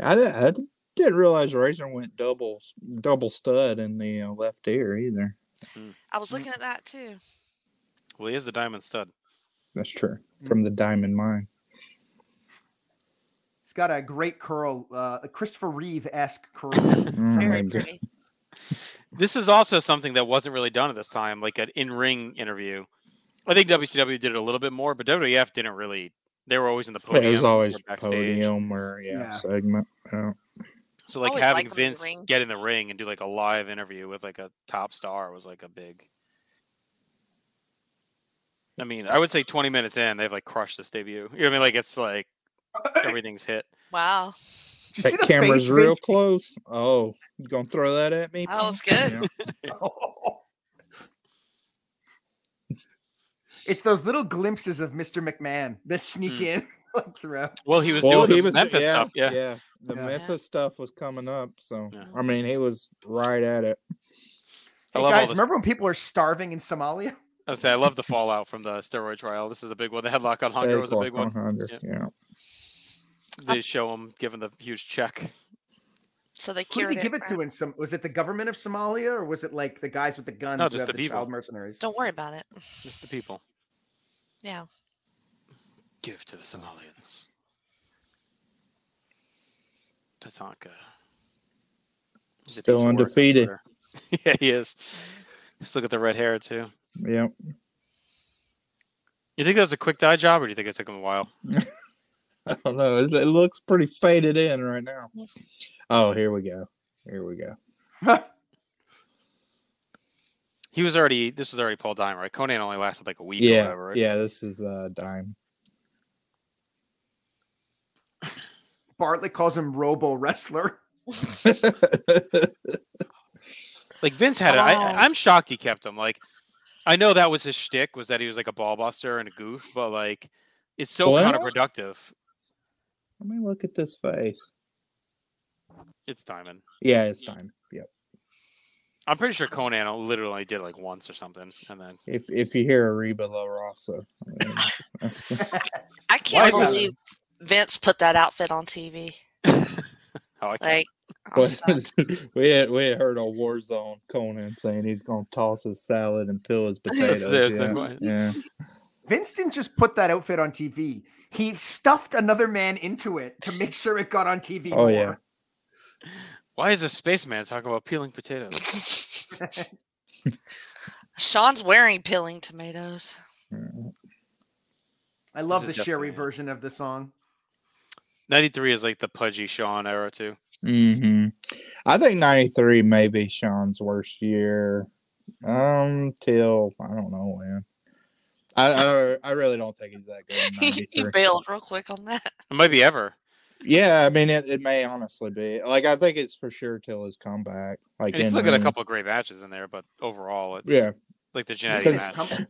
Speaker 7: I didn't, I di- didn't realize Razor went double s- double stud in the uh, left ear either.
Speaker 6: I
Speaker 4: Mm.
Speaker 6: was looking at that too.
Speaker 5: Well, he is the diamond stud.
Speaker 7: That's true.
Speaker 5: Mm.
Speaker 7: From the diamond mine.
Speaker 4: He's got a great curl, uh, a Christopher Reeve esque curl.
Speaker 7: Oh my
Speaker 6: Very
Speaker 7: god.
Speaker 6: pretty.
Speaker 5: This is also something that wasn't really done at this time, like an in-ring interview. I think WCW did it a little bit more, but WWF didn't really. They were always in the
Speaker 7: Yeah,
Speaker 5: podium.
Speaker 7: it was
Speaker 5: or
Speaker 7: always
Speaker 5: backstage.
Speaker 7: podium or yeah,
Speaker 4: Yeah.
Speaker 7: segment. Oh. Yeah.
Speaker 5: So like
Speaker 6: Always
Speaker 5: having
Speaker 6: like when they
Speaker 5: Vince
Speaker 6: ring.
Speaker 5: get in the ring and do like a live interview with like a top star was like a big. I mean, I would say 20 minutes in, they've like crushed this debut. You know what I mean? Like it's like everything's hit.
Speaker 6: Wow.
Speaker 4: Did you see
Speaker 7: That
Speaker 4: the
Speaker 7: camera's
Speaker 4: face
Speaker 7: real
Speaker 4: Vince-
Speaker 7: close. Oh, you gonna throw that at me?
Speaker 5: Oh,
Speaker 6: That was
Speaker 7: pal?
Speaker 6: good.
Speaker 7: Yeah.
Speaker 4: It's those little glimpses of Mr. McMahon that sneak
Speaker 5: Mm.
Speaker 4: in like throughout.
Speaker 5: Well, he was
Speaker 7: Well,
Speaker 5: doing
Speaker 7: he
Speaker 5: the
Speaker 7: was
Speaker 5: Memphis
Speaker 7: yeah,
Speaker 5: stuff. Yeah.
Speaker 7: yeah. the
Speaker 4: Yeah.
Speaker 7: Memphis stuff was coming up, so
Speaker 5: Yeah.
Speaker 7: I mean, he was right at it.
Speaker 5: I
Speaker 4: Hey
Speaker 5: love all
Speaker 4: guys,
Speaker 5: this-
Speaker 4: remember when people are starving in Somalia?
Speaker 5: I would say I love the fallout from the steroid trial. This is a big one. The headlock on Hunter was a
Speaker 7: Cakewalk
Speaker 5: big one.
Speaker 7: on Hunter,
Speaker 5: Yeah.
Speaker 7: Yeah.
Speaker 5: They show him giving the huge check.
Speaker 6: So they
Speaker 4: Who did
Speaker 6: cured
Speaker 4: they give it
Speaker 6: right?
Speaker 4: to in some? Was it the government of Somalia or was it like the guys with the guns
Speaker 5: No,
Speaker 4: who
Speaker 5: just
Speaker 4: have
Speaker 5: the
Speaker 4: the,
Speaker 5: people.
Speaker 4: child mercenaries?
Speaker 6: Don't worry about it.
Speaker 5: Just the people
Speaker 6: Yeah.
Speaker 5: give to the Somalians. Tatanka. Is it
Speaker 7: Still
Speaker 5: Beast Wars on
Speaker 7: undefeated.
Speaker 5: Twitter? yeah, he is. Just look at the red hair too.
Speaker 7: Yep.
Speaker 5: You think that was a quick dye job, or do you think it took him a while?
Speaker 7: I don't know. It it looks pretty faded in right now. Oh, here we go. Here we go.
Speaker 5: He was already. This was already Paul Dime, right? Conan only lasted like a week. Or
Speaker 7: yeah.
Speaker 5: whatever, right?
Speaker 7: Yeah. This is uh, dime.
Speaker 4: Bartlett calls him Robo Wrestler.
Speaker 5: Like Vince had it. I,
Speaker 6: Oh.
Speaker 5: I- I'm shocked he kept him. Like, I know that was his shtick was that he was like a ball buster and a goof, but like, it's so
Speaker 7: What?
Speaker 5: counterproductive.
Speaker 7: Let me look at this face.
Speaker 5: It's Diamond.
Speaker 7: Yeah, it's dime. Yep.
Speaker 5: I'm pretty sure Conan literally did like once or something, and then
Speaker 7: If if you hear a Reba La Rosa, I mean, that's-
Speaker 6: I can't
Speaker 5: is that-
Speaker 6: believe Vince put that outfit on TV.
Speaker 5: oh, I can't.
Speaker 6: Like, I'm
Speaker 7: But
Speaker 6: stunned.
Speaker 7: we had we had heard on Warzone Conan saying he's gonna toss his salad and peel his
Speaker 5: That's-
Speaker 7: potatoes.
Speaker 5: that's
Speaker 7: yeah.
Speaker 5: right.
Speaker 7: yeah,
Speaker 4: Vince didn't just put that outfit on TV. He stuffed another man into it to make sure it got on TV.
Speaker 7: Oh, yeah.
Speaker 4: more.
Speaker 5: Why is a spaceman talking about peeling potatoes?
Speaker 6: Sean's wearing peeling tomatoes.
Speaker 4: I love the
Speaker 5: This is
Speaker 4: Sherry
Speaker 5: definitely-
Speaker 4: version of the song.
Speaker 5: 93 is like the pudgy Sean era too.
Speaker 7: hmm I think '93 may be Sean's worst year. Um, till I don't know when. I I, I really don't think he's that good. In
Speaker 6: he
Speaker 7: 93.
Speaker 6: bailed real quick on that.
Speaker 5: It might be ever.
Speaker 7: yeah, I mean it, it may honestly be like I think it's for sure till his comeback. Like
Speaker 5: And he's
Speaker 7: in
Speaker 5: looking at a
Speaker 7: ring.
Speaker 5: couple of great matches in there, but overall, it's
Speaker 7: Yeah,
Speaker 5: like the genetic
Speaker 7: Because-
Speaker 5: match.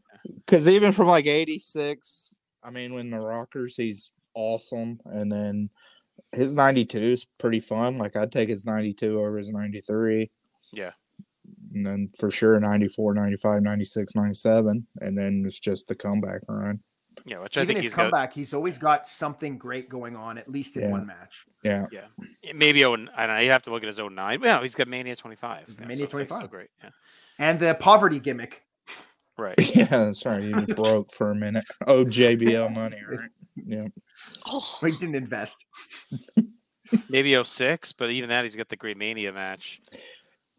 Speaker 7: because even from like 86 i mean when the rockers he's awesome and then his 92 is pretty fun like i'd take his 92 over his 93
Speaker 5: Yeah.
Speaker 7: and then for sure 94 95 96 97 and then it's just the comeback run
Speaker 5: Yeah, which I
Speaker 4: Even
Speaker 5: think
Speaker 4: his
Speaker 5: he's got.
Speaker 4: comeback, he's always got something great going on, at least in
Speaker 7: Yeah.
Speaker 4: one match.
Speaker 7: yeah
Speaker 5: Maybe oh, and I have to look at his 09. Yeah, he's got Mania 25. Yeah,
Speaker 4: Mania
Speaker 5: so it's, like, still
Speaker 4: 25.
Speaker 5: great. Yeah.
Speaker 4: And the poverty gimmick.
Speaker 5: Right.
Speaker 7: yeah sorry you just broke for a minute oh jbl money right yeah
Speaker 6: Oh,
Speaker 4: He didn't invest.
Speaker 5: Maybe 06, but even that, he's got the great Mania match.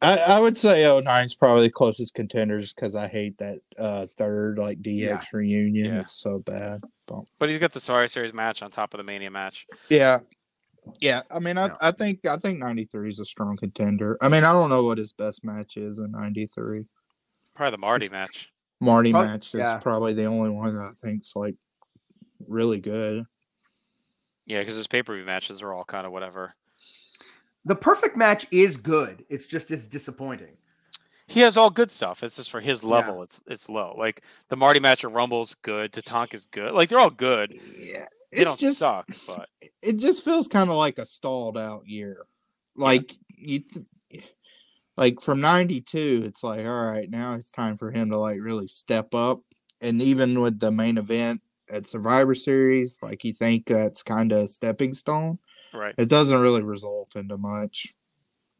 Speaker 7: I, I would say 09 is probably the closest contenders because I hate that uh, third like DX reunion.
Speaker 5: Yeah.
Speaker 7: It's so bad.
Speaker 5: But he's got the Sorry Series match on top of the Mania match.
Speaker 7: Yeah. Yeah. I mean I,
Speaker 5: No.
Speaker 7: I think I think ninety three is a strong contender. I mean, I don't know what his best match is in ninety three.
Speaker 5: Probably the Marty match.
Speaker 7: Marty
Speaker 4: prob-
Speaker 7: match is
Speaker 4: yeah.
Speaker 7: probably the only one that I think's like really good.
Speaker 5: Yeah, because his pay per view matches are all kind of whatever.
Speaker 4: The perfect match is good. It's just it's disappointing.
Speaker 5: He has all good stuff. It's just for his
Speaker 4: Yeah.
Speaker 5: level, it's it's low. Like the Marty match at Rumble's good. Tatanka's good. Like they're all good. They
Speaker 7: Yeah.
Speaker 5: don't
Speaker 7: It's just
Speaker 5: suck, but
Speaker 7: it just feels kind of like a stalled out year. Like you th- like from 92 it's like all right, now it's time for him to like really step up and even with the main event at Survivor Series, like you think that's kind of a stepping stone.
Speaker 5: right.
Speaker 7: It doesn't really result into much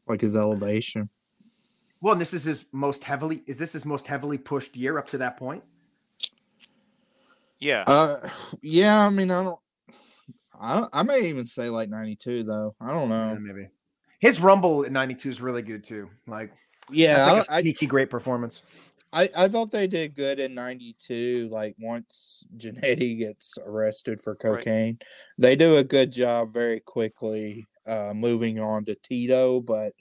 Speaker 7: like his elevation.
Speaker 4: Well, and this is his most heavily is this his most heavily pushed year up to that point?
Speaker 5: Yeah.
Speaker 7: Uh yeah, I mean I don't I, I may even say like 92 though. I don't
Speaker 4: Yeah,
Speaker 7: know.
Speaker 4: maybe. His rumble in '92 is really good too. Like,
Speaker 7: Yeah,
Speaker 4: that's
Speaker 7: I-
Speaker 4: like a
Speaker 7: I,
Speaker 4: sneaky great performance.
Speaker 7: I, I thought they did good in '92. Like once Janetti gets arrested for
Speaker 5: Right.
Speaker 7: cocaine, they do a good job very quickly uh, moving on to Tito. But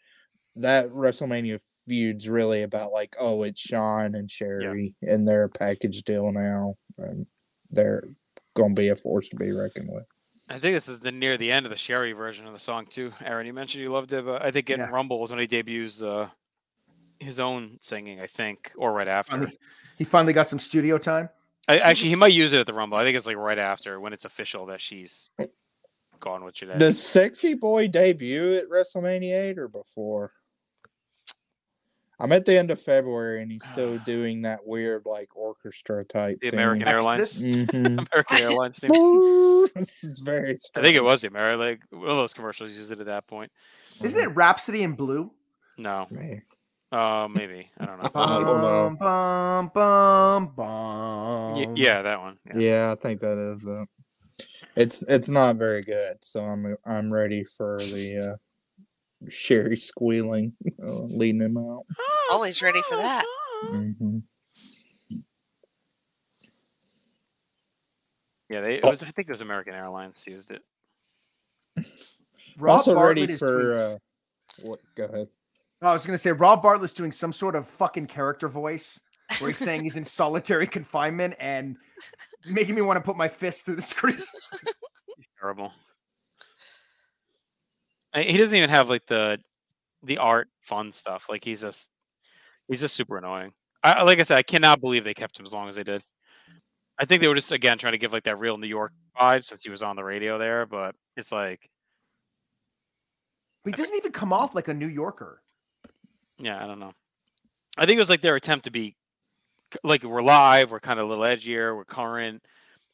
Speaker 7: that WrestleMania feud's really about like, oh, it's Sean and Sherry and their package deal now, and they're gonna be a force to be reckoned with.
Speaker 5: I think this is the near the end of the Sherry version of the song too. Aaron, you mentioned you loved it, but I think in
Speaker 4: Yeah.
Speaker 5: Rumble is when he debuts uh, his own singing, I think, or right
Speaker 4: On
Speaker 5: after.
Speaker 4: the- He finally got some studio time.
Speaker 5: I, actually, he might use it at the Rumble. I think it's like right after when it's official that she's gone with today.
Speaker 7: The sexy boy debut at WrestleMania 8 or before? I'm at the end of February and he's still doing that weird like orchestra type.
Speaker 5: The American Airlines.
Speaker 4: Exodus?
Speaker 7: Mhm.
Speaker 5: American Airlines. thing.
Speaker 7: this is very.
Speaker 5: I think it was
Speaker 7: strange.
Speaker 5: the American. Like one of those commercials used it at that point.
Speaker 4: Isn't it Rhapsody in Blue?
Speaker 5: No,
Speaker 7: Man.
Speaker 5: uh, maybe I don't know.
Speaker 7: I
Speaker 4: Uh,
Speaker 7: don't know.
Speaker 4: Bum, bum, bum,
Speaker 5: Y-
Speaker 4: bum.
Speaker 5: yeah, that one.
Speaker 7: Yeah. I think that is it. It's it's not very good, so I'm I'm ready for the uh, Sherry squealing, uh, leading him out.
Speaker 6: Always ready for that.
Speaker 7: Mhm.
Speaker 5: Yeah, they. It was, I think it was American Airlines used it.
Speaker 4: Rob
Speaker 7: also
Speaker 4: Bartlett
Speaker 7: ready
Speaker 4: is doing
Speaker 7: for.
Speaker 4: s-
Speaker 7: Uh, what? Go ahead.
Speaker 4: Oh, I was gonna say Rob Bartlett's doing some sort of fucking character voice where he's saying he's in solitary confinement and making me want to put my fist through the screen.
Speaker 5: Terrible. I- He doesn't even have like the the art fun stuff. Like he's just he's just super annoying. I I- like I said, I cannot believe they kept him as long as they did. I think they were just again trying to give like that real New York vibe since he was on the radio there, but it's like
Speaker 4: But he doesn't even come off like a New Yorker.
Speaker 5: yeah, I don't know. I think it was like their attempt to be c- like we're live, we're kind of a little edgier, we're current.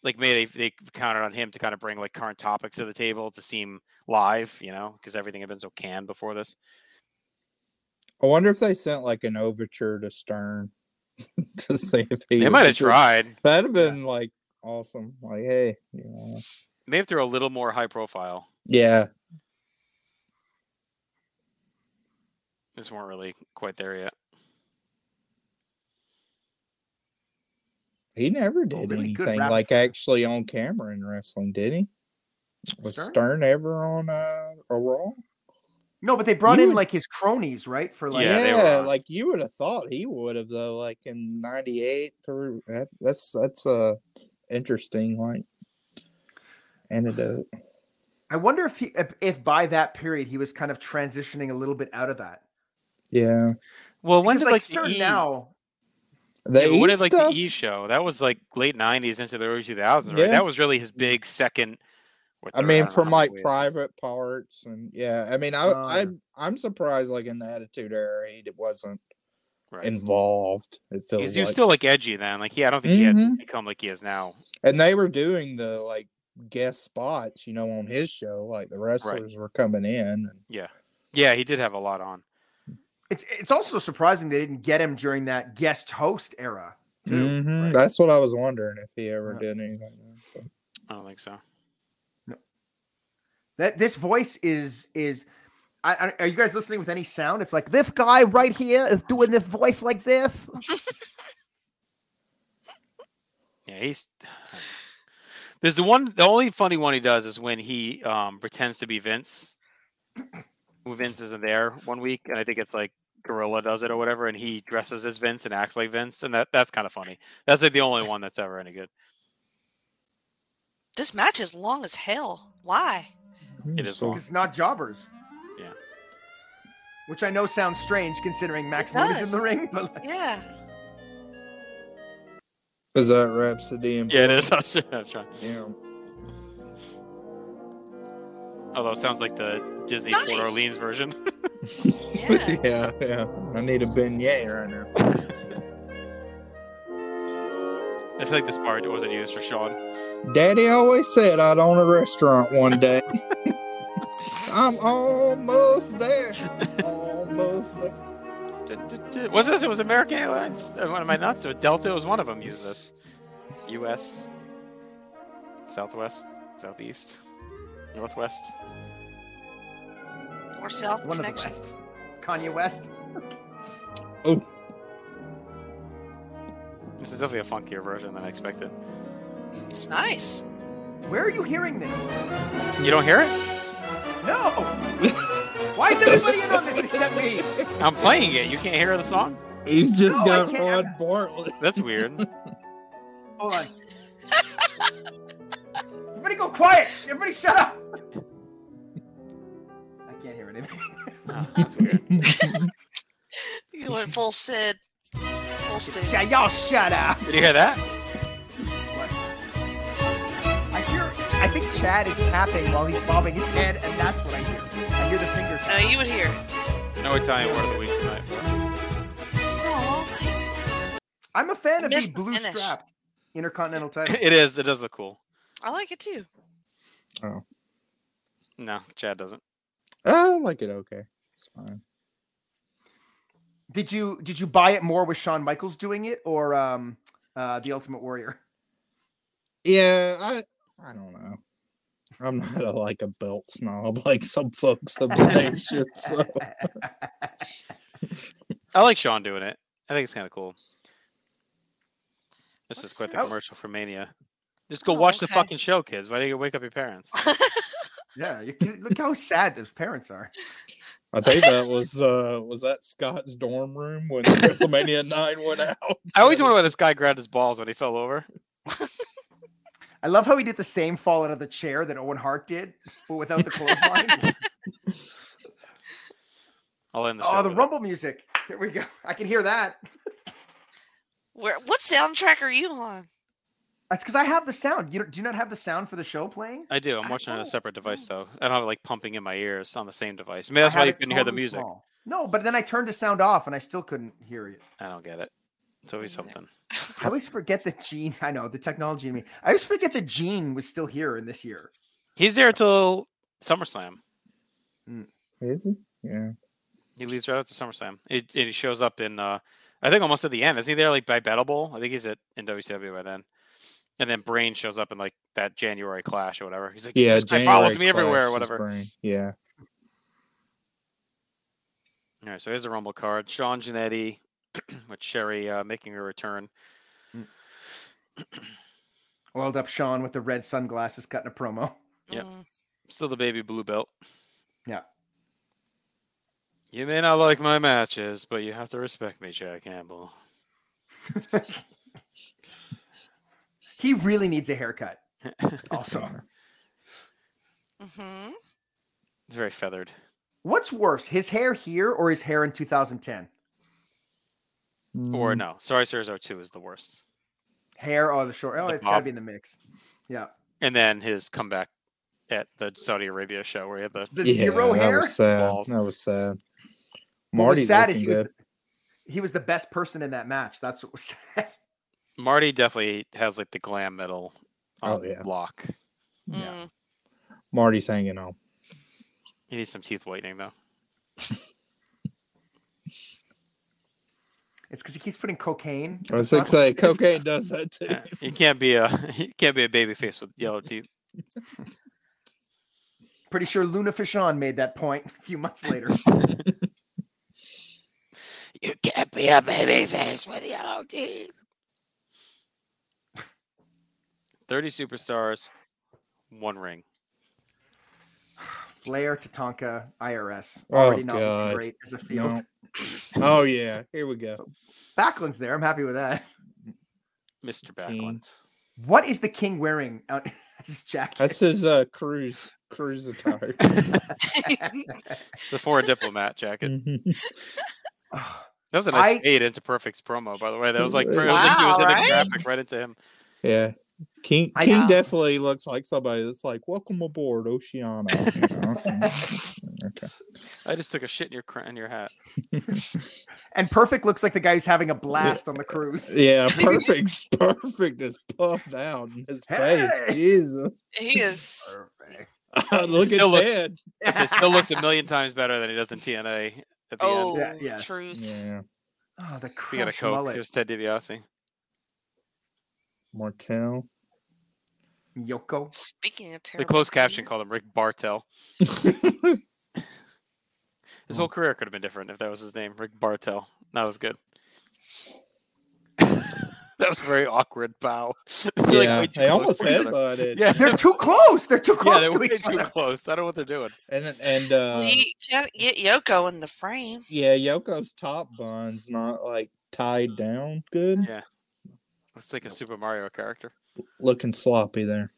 Speaker 5: Like maybe they, they counted on him to kind of bring like current topics to the table to seem live, you know, because everything had been so canned before this.
Speaker 7: I wonder if they sent like an overture to Stern to see if he.
Speaker 5: They
Speaker 7: would
Speaker 5: might have
Speaker 7: do it.
Speaker 5: tried.
Speaker 7: That'd have been like awesome. Like, hey, you know.
Speaker 5: Maybe if they're a little more high profile,
Speaker 7: yeah,
Speaker 5: just weren't really quite there yet.
Speaker 7: he never did
Speaker 4: really good
Speaker 7: anything
Speaker 4: rap-
Speaker 7: like actually on camera in wrestling, did he? Was
Speaker 4: Stern?
Speaker 7: Stern, ever on uh, a Raw?
Speaker 4: No, but they brought
Speaker 7: You
Speaker 4: in
Speaker 7: would-
Speaker 4: like his cronies, right? For like
Speaker 5: Yeah, they were
Speaker 7: Yeah,
Speaker 5: on.
Speaker 7: like you would have thought he would have though. Like in '98 through that, that's that's a interesting like antidote.
Speaker 4: I wonder if he if, if by that period he was kind of transitioning a little bit out of that.
Speaker 7: Yeah,
Speaker 5: Well, when
Speaker 4: Because,
Speaker 5: did
Speaker 4: like,
Speaker 5: like, the
Speaker 4: Stern
Speaker 5: E-
Speaker 4: now?
Speaker 5: Yeah,
Speaker 7: the
Speaker 5: but
Speaker 7: E
Speaker 5: when did like
Speaker 7: stuff,
Speaker 5: the E show? That was like late '90s into the early 2000s. Right?
Speaker 7: Yeah.
Speaker 5: That was really his big second. or
Speaker 7: I
Speaker 5: third,
Speaker 7: mean,
Speaker 5: don't know
Speaker 7: from
Speaker 5: how
Speaker 7: like
Speaker 5: many ways.
Speaker 7: private parts and yeah, I mean, I
Speaker 4: Oh, yeah.
Speaker 7: I I'm surprised like in the Attitude Era he d- wasn't
Speaker 5: Right.
Speaker 7: involved. It feels
Speaker 5: Because he was
Speaker 7: like.
Speaker 5: still like edgy then. Like, yeah, I don't think he
Speaker 7: Mhm.
Speaker 5: had become like he is now.
Speaker 7: and they were doing the like guest spots, you know, on his show. Like the wrestlers were coming in. And,
Speaker 5: Yeah, he did have a lot on.
Speaker 4: It's it's also surprising they didn't get him during that guest host era. too,
Speaker 7: Mhm,
Speaker 4: right?
Speaker 7: That's what I was wondering if he ever
Speaker 4: Yeah.
Speaker 7: did anything. else, but-
Speaker 5: I don't think so.
Speaker 4: That this voice is is. I, I, are you guys listening with any sound? It's like this guy right here is doing this voice like this.
Speaker 5: Yeah, he's. There's the one. The only funny one he does is when he um, pretends to be Vince. When Vince isn't there one week, and I think it's like Gorilla does it or whatever, and he dresses as Vince and acts like Vince, and that that's kind of funny. That's like the only one that's ever any good.
Speaker 6: This match is long as hell. Why?
Speaker 5: It is
Speaker 7: Mm, So-
Speaker 5: long.
Speaker 4: It's not jobbers.
Speaker 5: Yeah.
Speaker 4: Which I know sounds strange considering Max Moon is in
Speaker 6: does.
Speaker 4: the ring, but like,
Speaker 6: Yeah.
Speaker 7: Is that Rhapsody? And
Speaker 5: Yeah, it is. I'm sure- I'm sure.
Speaker 7: Damn.
Speaker 5: Although it sounds like the Disney Port
Speaker 6: Nice.
Speaker 5: Orleans version.
Speaker 6: Yeah.
Speaker 7: yeah, yeah. I need a beignet right now.
Speaker 5: I feel like this part wasn't used for Sean.
Speaker 7: Daddy always said I'd own a restaurant one day. I'm almost there. Almost there.
Speaker 5: Was this? It was American Airlines. Uh, What am I nuts? Or Delta was one of them. Used this. U.S. Southwest, Southeast, Northwest.
Speaker 6: Or South
Speaker 4: one of the
Speaker 6: Connection.
Speaker 4: best. Kanye West.
Speaker 5: This is definitely a funkier version than I expected.
Speaker 6: It's nice.
Speaker 4: Where are you hearing this?
Speaker 5: You don't hear it?
Speaker 4: No. Why is everybody in on this except me?
Speaker 5: I'm playing it. You can't hear the song?
Speaker 7: He's just
Speaker 4: No, I
Speaker 7: got
Speaker 4: can't-
Speaker 7: Rod Bartlett.
Speaker 5: That's weird.
Speaker 4: Hold on. Everybody go quiet. Everybody shut up. I can't hear anything.
Speaker 5: Huh, that's weird.
Speaker 6: You went full Sid. Full Stu.
Speaker 4: Yeah, y'all shut up.
Speaker 5: Did you hear that?
Speaker 4: I hear. I think Chad is tapping while he's bobbing his head, and that's what I hear. I hear the finger
Speaker 6: No,
Speaker 4: tap.
Speaker 6: you would hear it.
Speaker 5: No Italian word of the week tonight.
Speaker 6: Aw.
Speaker 4: I'm a fan
Speaker 6: I
Speaker 4: of the
Speaker 6: missed the
Speaker 4: blue
Speaker 6: finish.
Speaker 4: strap intercontinental title.
Speaker 5: It is. It does look cool.
Speaker 6: I like it too.
Speaker 5: No, Chad doesn't.
Speaker 7: I like it okay. It's fine.
Speaker 4: Did you did you buy it more with Shawn Michaels doing it or um uh the Ultimate Warrior?
Speaker 7: Yeah, I I don't know. I'm not a, like a belt snob like some folks of the nation. So
Speaker 5: I like Sean doing it. I think it's kind of cool. Let's just
Speaker 6: What
Speaker 5: quit
Speaker 6: is
Speaker 5: the
Speaker 6: this?
Speaker 5: commercial for Mania. Just go
Speaker 6: Oh,
Speaker 5: watch the
Speaker 6: okay.
Speaker 5: fucking show, kids. Why do you wake up your parents?
Speaker 4: Yeah, you, you- look how sad those parents are.
Speaker 7: I think that was uh was that Scott's dorm room when WrestleMania nine went out.
Speaker 5: I always wonder why this guy grabbed his balls when he fell over.
Speaker 4: I love how he did the same fall out of the chair that Owen Hart did, but without the clothesline.
Speaker 5: I'll end the show.
Speaker 4: oh, the
Speaker 5: with it.
Speaker 4: rumble music. Here we go. I can hear that.
Speaker 6: Where? What soundtrack are you on?
Speaker 4: That's because I have the sound. You don't, do you not have the sound for the show playing?
Speaker 5: I do. I'm
Speaker 6: I
Speaker 5: watching on a
Speaker 6: know,
Speaker 5: separate device
Speaker 6: yeah.
Speaker 5: though. I don't have it, like pumping in my ears on the same device. Maybe that's why
Speaker 4: I have
Speaker 5: you
Speaker 4: it
Speaker 5: couldn't hear the
Speaker 4: totally
Speaker 5: music.
Speaker 4: small. No, but then I turned the sound off and I still couldn't hear it.
Speaker 5: I don't get it. It's always
Speaker 6: Me neither.
Speaker 5: something.
Speaker 4: I always forget that Gene. I know the technology in me. I always forget that Gene was still here in this year.
Speaker 5: He's there till SummerSlam.
Speaker 7: Is he? Yeah.
Speaker 5: He leaves right after SummerSlam. It, and he shows up in, uh, I think almost at the end. Isn't he there like by Battle Bowl? I think he's at in WCW by then. And then Brain shows up in like that January Clash or whatever. He's like,
Speaker 7: Yeah,
Speaker 5: this guy follows
Speaker 7: January
Speaker 5: me everywhere
Speaker 7: Clash
Speaker 5: or
Speaker 7: is
Speaker 5: whatever.
Speaker 7: brain. Yeah.
Speaker 5: All right, so here's the Rumble card: Sean Janetti with Sherry uh, making her return.
Speaker 4: Oiled up Sean with the red sunglasses, cutting a promo.
Speaker 5: Yep.
Speaker 6: Mm.
Speaker 5: Still the baby blue belt.
Speaker 4: Yeah.
Speaker 5: You may not like my matches, but you have to respect me, Jack Campbell.
Speaker 4: He really needs a haircut. Also,
Speaker 6: Mhm.
Speaker 5: It's very feathered.
Speaker 4: what's worse, his hair here or his hair in 2010?
Speaker 5: Or
Speaker 7: Mm,
Speaker 5: no, sorry, Sirs 02 is the worst.
Speaker 4: Hair or the short? Oh,
Speaker 5: The
Speaker 4: it's got to
Speaker 5: bob.
Speaker 4: be in the mix. Yeah,
Speaker 5: And then his comeback at the Saudi Arabia show where he had the
Speaker 4: the
Speaker 7: yeah,
Speaker 4: zero
Speaker 7: that
Speaker 4: hair.
Speaker 7: Was sad.
Speaker 5: Bald.
Speaker 7: That was sad.
Speaker 4: What was
Speaker 7: Marty's
Speaker 4: sad is
Speaker 7: looking
Speaker 4: he was
Speaker 7: good.
Speaker 4: the, he was the best person in that match. That's what was sad.
Speaker 5: Marty definitely has like the glam metal on
Speaker 7: Oh, yeah.
Speaker 5: lock.
Speaker 7: Yeah.
Speaker 6: Mm.
Speaker 7: Marty's hanging on.
Speaker 5: He needs some teeth whitening though.
Speaker 4: It's because he keeps putting cocaine. in
Speaker 7: I was
Speaker 4: the
Speaker 7: gonna
Speaker 4: sauce.
Speaker 7: say cocaine does that too.
Speaker 5: Yeah, you can't be a you can't be a baby face with yellow teeth.
Speaker 4: Pretty sure Luna Fischon made that point a few months later.
Speaker 5: You can't be a baby face with yellow teeth. 30 superstars, one ring.
Speaker 4: Flair, Tatanka, IRS.
Speaker 7: Oh,
Speaker 4: Already not
Speaker 7: God.
Speaker 4: looking great as a field.
Speaker 7: No. Oh yeah, here we go.
Speaker 4: Backlund's there. I'm happy with that.
Speaker 5: Mr.
Speaker 7: King.
Speaker 5: Backlund.
Speaker 4: What is the king wearing out as his jacket?
Speaker 7: That's his uh cruise cruise attire.
Speaker 5: The foreign diplomat jacket.
Speaker 7: Mhm.
Speaker 4: Ugh.
Speaker 5: That was a nice
Speaker 4: I-
Speaker 5: fade into Perfect's promo, by the way. That was like, pretty- it
Speaker 6: Wow,
Speaker 5: was like he was in
Speaker 6: right?
Speaker 5: a graphic right into him.
Speaker 7: yeah. King
Speaker 4: I
Speaker 7: King
Speaker 6: just-
Speaker 7: definitely looks like somebody that's like, Welcome aboard Oceana. you know, so- okay.
Speaker 5: I just took a shit in your cr- in your hat.
Speaker 4: and Perfect looks like the guy who's having a blast on the cruise.
Speaker 7: Yeah, perfect perfect is puffed out in his
Speaker 4: Hey!
Speaker 7: face. Jesus.
Speaker 6: He is.
Speaker 4: Perfect.
Speaker 7: Look at
Speaker 5: Still looks-
Speaker 7: Ted.
Speaker 5: It just still looks a million times better than he does in TNA at the
Speaker 6: Oh,
Speaker 5: end.
Speaker 4: Yeah, yes.
Speaker 6: truth.
Speaker 7: Yeah.
Speaker 4: Oh, the
Speaker 5: We got a
Speaker 4: crush
Speaker 5: coke.
Speaker 4: mullet.
Speaker 5: Here's Ted DiBiase.
Speaker 7: Martel.
Speaker 4: Yoko.
Speaker 6: Speaking of
Speaker 5: The
Speaker 6: terrible,
Speaker 5: closed caption
Speaker 6: food,
Speaker 5: called him Rick Bartel. His whole career could have been different if that was his name, Rick Bartel. Not as good. that was a very awkward bow. They're, like,
Speaker 7: yeah,
Speaker 5: way too
Speaker 7: they
Speaker 5: close
Speaker 7: almost
Speaker 5: to each other.
Speaker 7: headbutted.
Speaker 5: Yeah,
Speaker 4: They're too close. They're too
Speaker 5: yeah,
Speaker 4: close
Speaker 5: they
Speaker 4: to
Speaker 5: were
Speaker 4: each
Speaker 5: too
Speaker 4: other.
Speaker 5: close. I don't know what they're doing.
Speaker 7: And and uh
Speaker 6: we can't get Yoko in the frame.
Speaker 7: yeah, Yoko's top bun's not like tied down good.
Speaker 5: Yeah. It's like a Super Mario character.
Speaker 7: Looking sloppy there.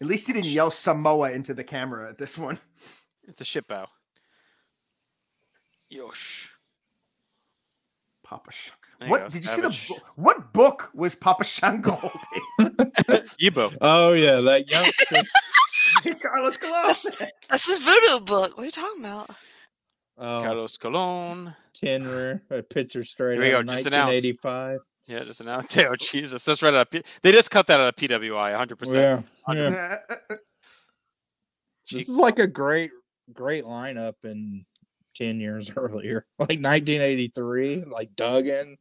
Speaker 4: At least he didn't yell Samoa into the camera at this one.
Speaker 5: It's a shit bow. Yosh.
Speaker 4: Papa. Sh-
Speaker 5: There you
Speaker 4: what
Speaker 5: go,
Speaker 4: did you see the?
Speaker 5: savage.
Speaker 4: bo- What book was Papa Shango?
Speaker 5: Yibo?
Speaker 7: Oh yeah, that youngster.
Speaker 4: Carlos Colon.
Speaker 6: That's his voodoo book. What are you talking about?
Speaker 7: Oh,
Speaker 5: Carlos Colon.
Speaker 7: tenor, a picture straight
Speaker 5: Here we
Speaker 7: out of
Speaker 5: go, just an ounce.
Speaker 7: 1985.
Speaker 5: Yeah, just announced. Oh Jesus, that's right out of P- they just cut that out of PWI 100. percent
Speaker 7: Oh, Yeah, yeah. This is like a great, great lineup in 10 years earlier, like 1983, like Duggan,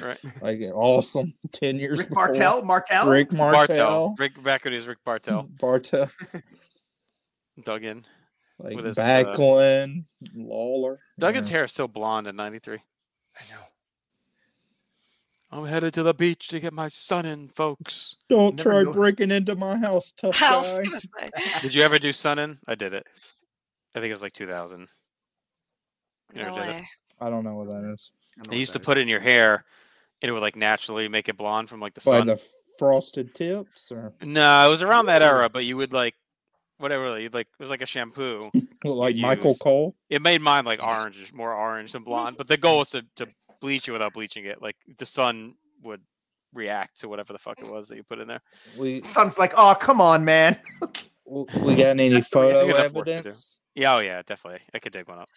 Speaker 5: Right,
Speaker 7: like awesome 10 years
Speaker 4: Rick
Speaker 7: before.
Speaker 4: Martel. Martel.
Speaker 7: Rick
Speaker 5: Bartel.
Speaker 7: Martel.
Speaker 5: Rick back when he was Rick Bartel.
Speaker 7: Bartel.
Speaker 4: Hmm.
Speaker 5: Duggan.
Speaker 7: Like
Speaker 5: With his, uh,
Speaker 7: Backlund, Lawler.
Speaker 5: Duggan's
Speaker 7: yeah.
Speaker 5: hair is so blonde in '93.
Speaker 4: I know.
Speaker 5: I'm headed to the beach to get my sun in, folks.
Speaker 7: Don't
Speaker 4: Never
Speaker 7: try
Speaker 4: knew-
Speaker 7: breaking into my house, tough
Speaker 6: I was
Speaker 7: guy.
Speaker 6: gonna say.
Speaker 5: Did you ever do sun in? I did it. I think it was like 2000. You never
Speaker 6: No
Speaker 5: did it.
Speaker 6: way.
Speaker 7: I don't know what that is.
Speaker 4: I know
Speaker 5: They
Speaker 4: what
Speaker 5: used to
Speaker 4: that
Speaker 5: put it in your hair, and it would like naturally make it blonde from like the
Speaker 7: By
Speaker 5: sun.
Speaker 7: the frosted tips or
Speaker 5: No, it was around that era, but you would like whatever you'd like. It was like a shampoo.
Speaker 7: like
Speaker 5: Could
Speaker 7: Michael
Speaker 5: use.
Speaker 7: Cole.
Speaker 5: It made mine like orange, more orange than blonde. But the goal was to, to bleach it without bleaching it. Like the sun would react to whatever the fuck it was that you put in there.
Speaker 7: We
Speaker 4: is. Son's like, oh come on, man.
Speaker 7: we got any photo
Speaker 5: enough work to do.
Speaker 7: evidence?
Speaker 5: Yeah, oh yeah, definitely. I could dig one up.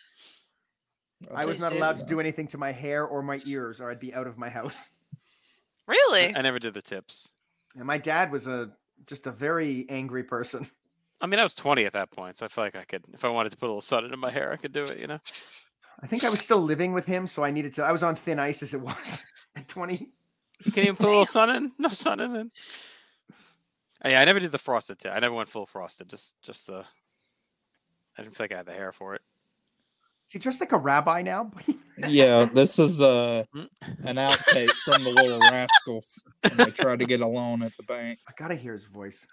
Speaker 4: I was
Speaker 6: Please
Speaker 4: not
Speaker 6: do.
Speaker 4: allowed to do anything to my hair or my ears, or I'd be out of my house.
Speaker 6: Really?
Speaker 5: I never did the tips.
Speaker 4: And my dad was a just a very angry person.
Speaker 5: I mean, I was 20 at that point, so I feel like I could, if I wanted to put a little sun into my hair, I could do it. You know,
Speaker 4: I think I was still living with him, so I needed to. I was on thin ice as it was at 20.
Speaker 5: you can't even put a little sun in. No sun in. it. Uh, Yeah, I never did the frosted tip. I never went full frosted. Just, just the. I didn't feel like I had the hair for it.
Speaker 4: Is he dressed like a rabbi now?
Speaker 7: Yeah, this is uh,
Speaker 5: Mm.
Speaker 7: an outtake from the Little Rascals. When they tried to get a loan at the bank.
Speaker 4: I gotta hear his voice.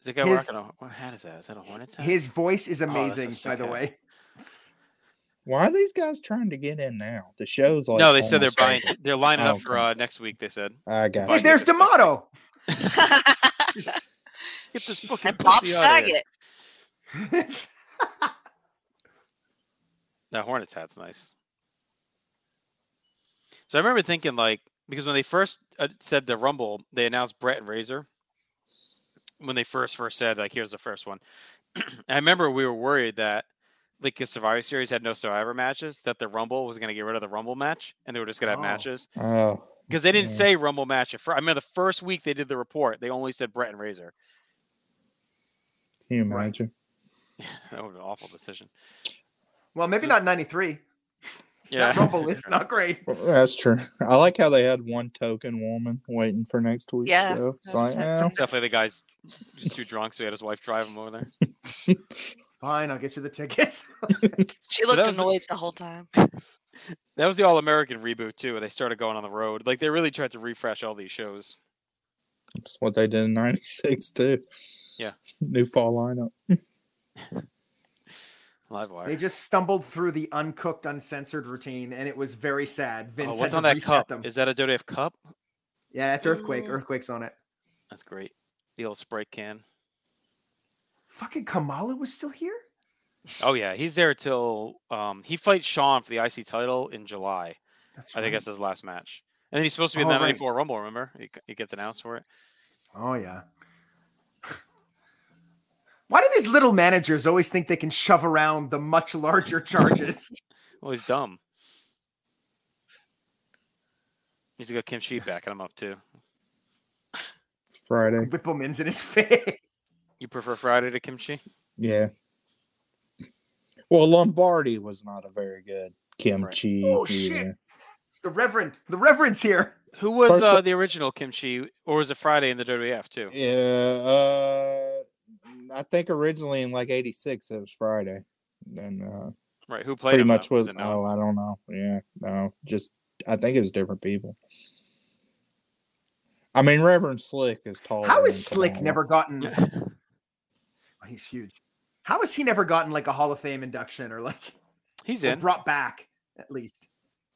Speaker 5: Is the guy
Speaker 4: His-
Speaker 5: rocking a what hat is that? Is that a hornet's hat?
Speaker 4: His voice is
Speaker 5: Oh, that's a
Speaker 4: amazing, by
Speaker 5: sick
Speaker 4: the
Speaker 5: hat.
Speaker 4: way.
Speaker 7: Why are these guys trying to get in now? The show's like
Speaker 5: no, they said they're
Speaker 7: almost
Speaker 5: buying.
Speaker 7: over.
Speaker 5: They're lining
Speaker 7: Oh,
Speaker 5: up for
Speaker 7: okay.
Speaker 5: uh, next week. They said
Speaker 7: I got
Speaker 4: Hey,
Speaker 5: Fuck
Speaker 7: you.
Speaker 4: there's D'Amato.
Speaker 5: get this fucking
Speaker 6: and Bob
Speaker 5: pussy out of here.
Speaker 6: Saget.
Speaker 5: That hornet's hat's nice. So I remember thinking like because when they first uh, said the Rumble, they announced Brett and Razor. When they first first said like here's the first one, I remember we were worried that like 'cause Survivor Series had no Survivor matches, that the Rumble was going to get rid of the Rumble match and they were just going to have
Speaker 4: Oh.
Speaker 5: matches
Speaker 7: Oh,
Speaker 5: because they didn't
Speaker 7: Yeah.
Speaker 5: say Rumble match at first. I mean, the first week they did the report, they only said Brett and Razor.
Speaker 7: can you
Speaker 4: Right.
Speaker 7: imagine?
Speaker 5: That would be an awful decision.
Speaker 4: well, maybe not 93.
Speaker 5: Yeah,
Speaker 4: That Rumble is not great.
Speaker 7: That's true. I like how they had one token woman waiting for next week's
Speaker 6: Yeah,
Speaker 7: show. It's
Speaker 6: that was
Speaker 7: like,
Speaker 6: that
Speaker 7: well,
Speaker 5: definitely the guy's just too drunk, so he had his wife drive him over there.
Speaker 4: Fine, I'll get you the tickets.
Speaker 6: She
Speaker 5: that
Speaker 6: looked
Speaker 5: was the-
Speaker 6: annoyed the whole time.
Speaker 5: That was the All American reboot too, where they started going on the road. Like they really tried to refresh all these shows.
Speaker 7: that's what they did in '96 too.
Speaker 5: Yeah.
Speaker 7: new fall lineup.
Speaker 5: Live wire.
Speaker 4: they just stumbled through the uncooked, uncensored routine, and it was very sad.
Speaker 5: Oh,
Speaker 4: Vince had
Speaker 5: what's
Speaker 4: to
Speaker 5: on that
Speaker 4: reset
Speaker 5: cup?
Speaker 4: them.
Speaker 5: Is that a WWF cup?
Speaker 4: yeah, that's Earthquake.
Speaker 6: Mm.
Speaker 4: Earthquake's on it.
Speaker 5: That's great. The old Sprite can.
Speaker 4: Fucking Kamala was still here?
Speaker 5: Oh yeah, he's there till um, he fights Sean for the IC title in July.
Speaker 4: That's
Speaker 5: I think
Speaker 4: right.
Speaker 5: that's his last match. And then he's supposed to be in
Speaker 4: Oh,
Speaker 5: that
Speaker 4: right.
Speaker 5: '94 Rumble. Remember, he, he gets announced for it.
Speaker 4: Oh yeah. Why do these little managers always think they can shove around the much larger charges?
Speaker 5: Well, he's dumb. He's got Kim Sheet back, and I'm up too.
Speaker 7: Friday.
Speaker 4: Whippleman's in his face.
Speaker 5: You prefer Friday to kimchi?
Speaker 7: Yeah. Well, Lombardi was not a very good kimchi.
Speaker 4: Oh, shit.
Speaker 7: either.
Speaker 4: It's the Reverend. The Reverend's here.
Speaker 5: Who was
Speaker 7: First
Speaker 5: uh,
Speaker 7: up-
Speaker 5: the original kimchi, or was it Friday in the WWF too?
Speaker 7: Yeah. Uh, I think originally in like '86 it was Friday. Then uh,
Speaker 5: Right, who played
Speaker 7: pretty
Speaker 5: him,
Speaker 7: much
Speaker 5: though?
Speaker 7: was
Speaker 5: it known?
Speaker 7: oh I don't know. Yeah, no, just I think it was different people. I mean, Reverend Slick is tall.
Speaker 4: How is Slick never gotten?
Speaker 5: Yeah.
Speaker 4: Oh, he's huge. How has he never gotten like a Hall of Fame induction or like
Speaker 5: He's
Speaker 4: or
Speaker 5: in.
Speaker 4: brought back at least?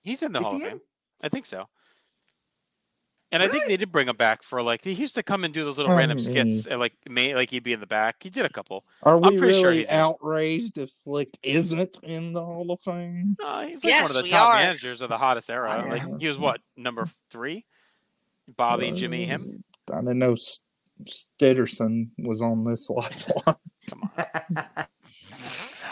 Speaker 5: He's in the
Speaker 4: Is
Speaker 5: Hall of
Speaker 4: he
Speaker 5: Fame.
Speaker 4: in?
Speaker 5: I think so. And I think they did bring him back for like he used to come and do those little
Speaker 7: Oh,
Speaker 5: random
Speaker 7: really?
Speaker 5: skits, and like may like he'd be in the back. He did a couple.
Speaker 7: Are we
Speaker 5: pretty sure
Speaker 7: really
Speaker 5: he's in.
Speaker 7: outraged if Slick isn't in the Hall of Fame?
Speaker 5: No, he's like
Speaker 6: Yes,
Speaker 5: one of
Speaker 6: we
Speaker 5: the top
Speaker 6: are.
Speaker 5: managers of the hottest era.
Speaker 4: I
Speaker 5: Like he was what number three? Bobby, Jimmy, him.
Speaker 7: I don't know. S- Stitterson was on this lifeline.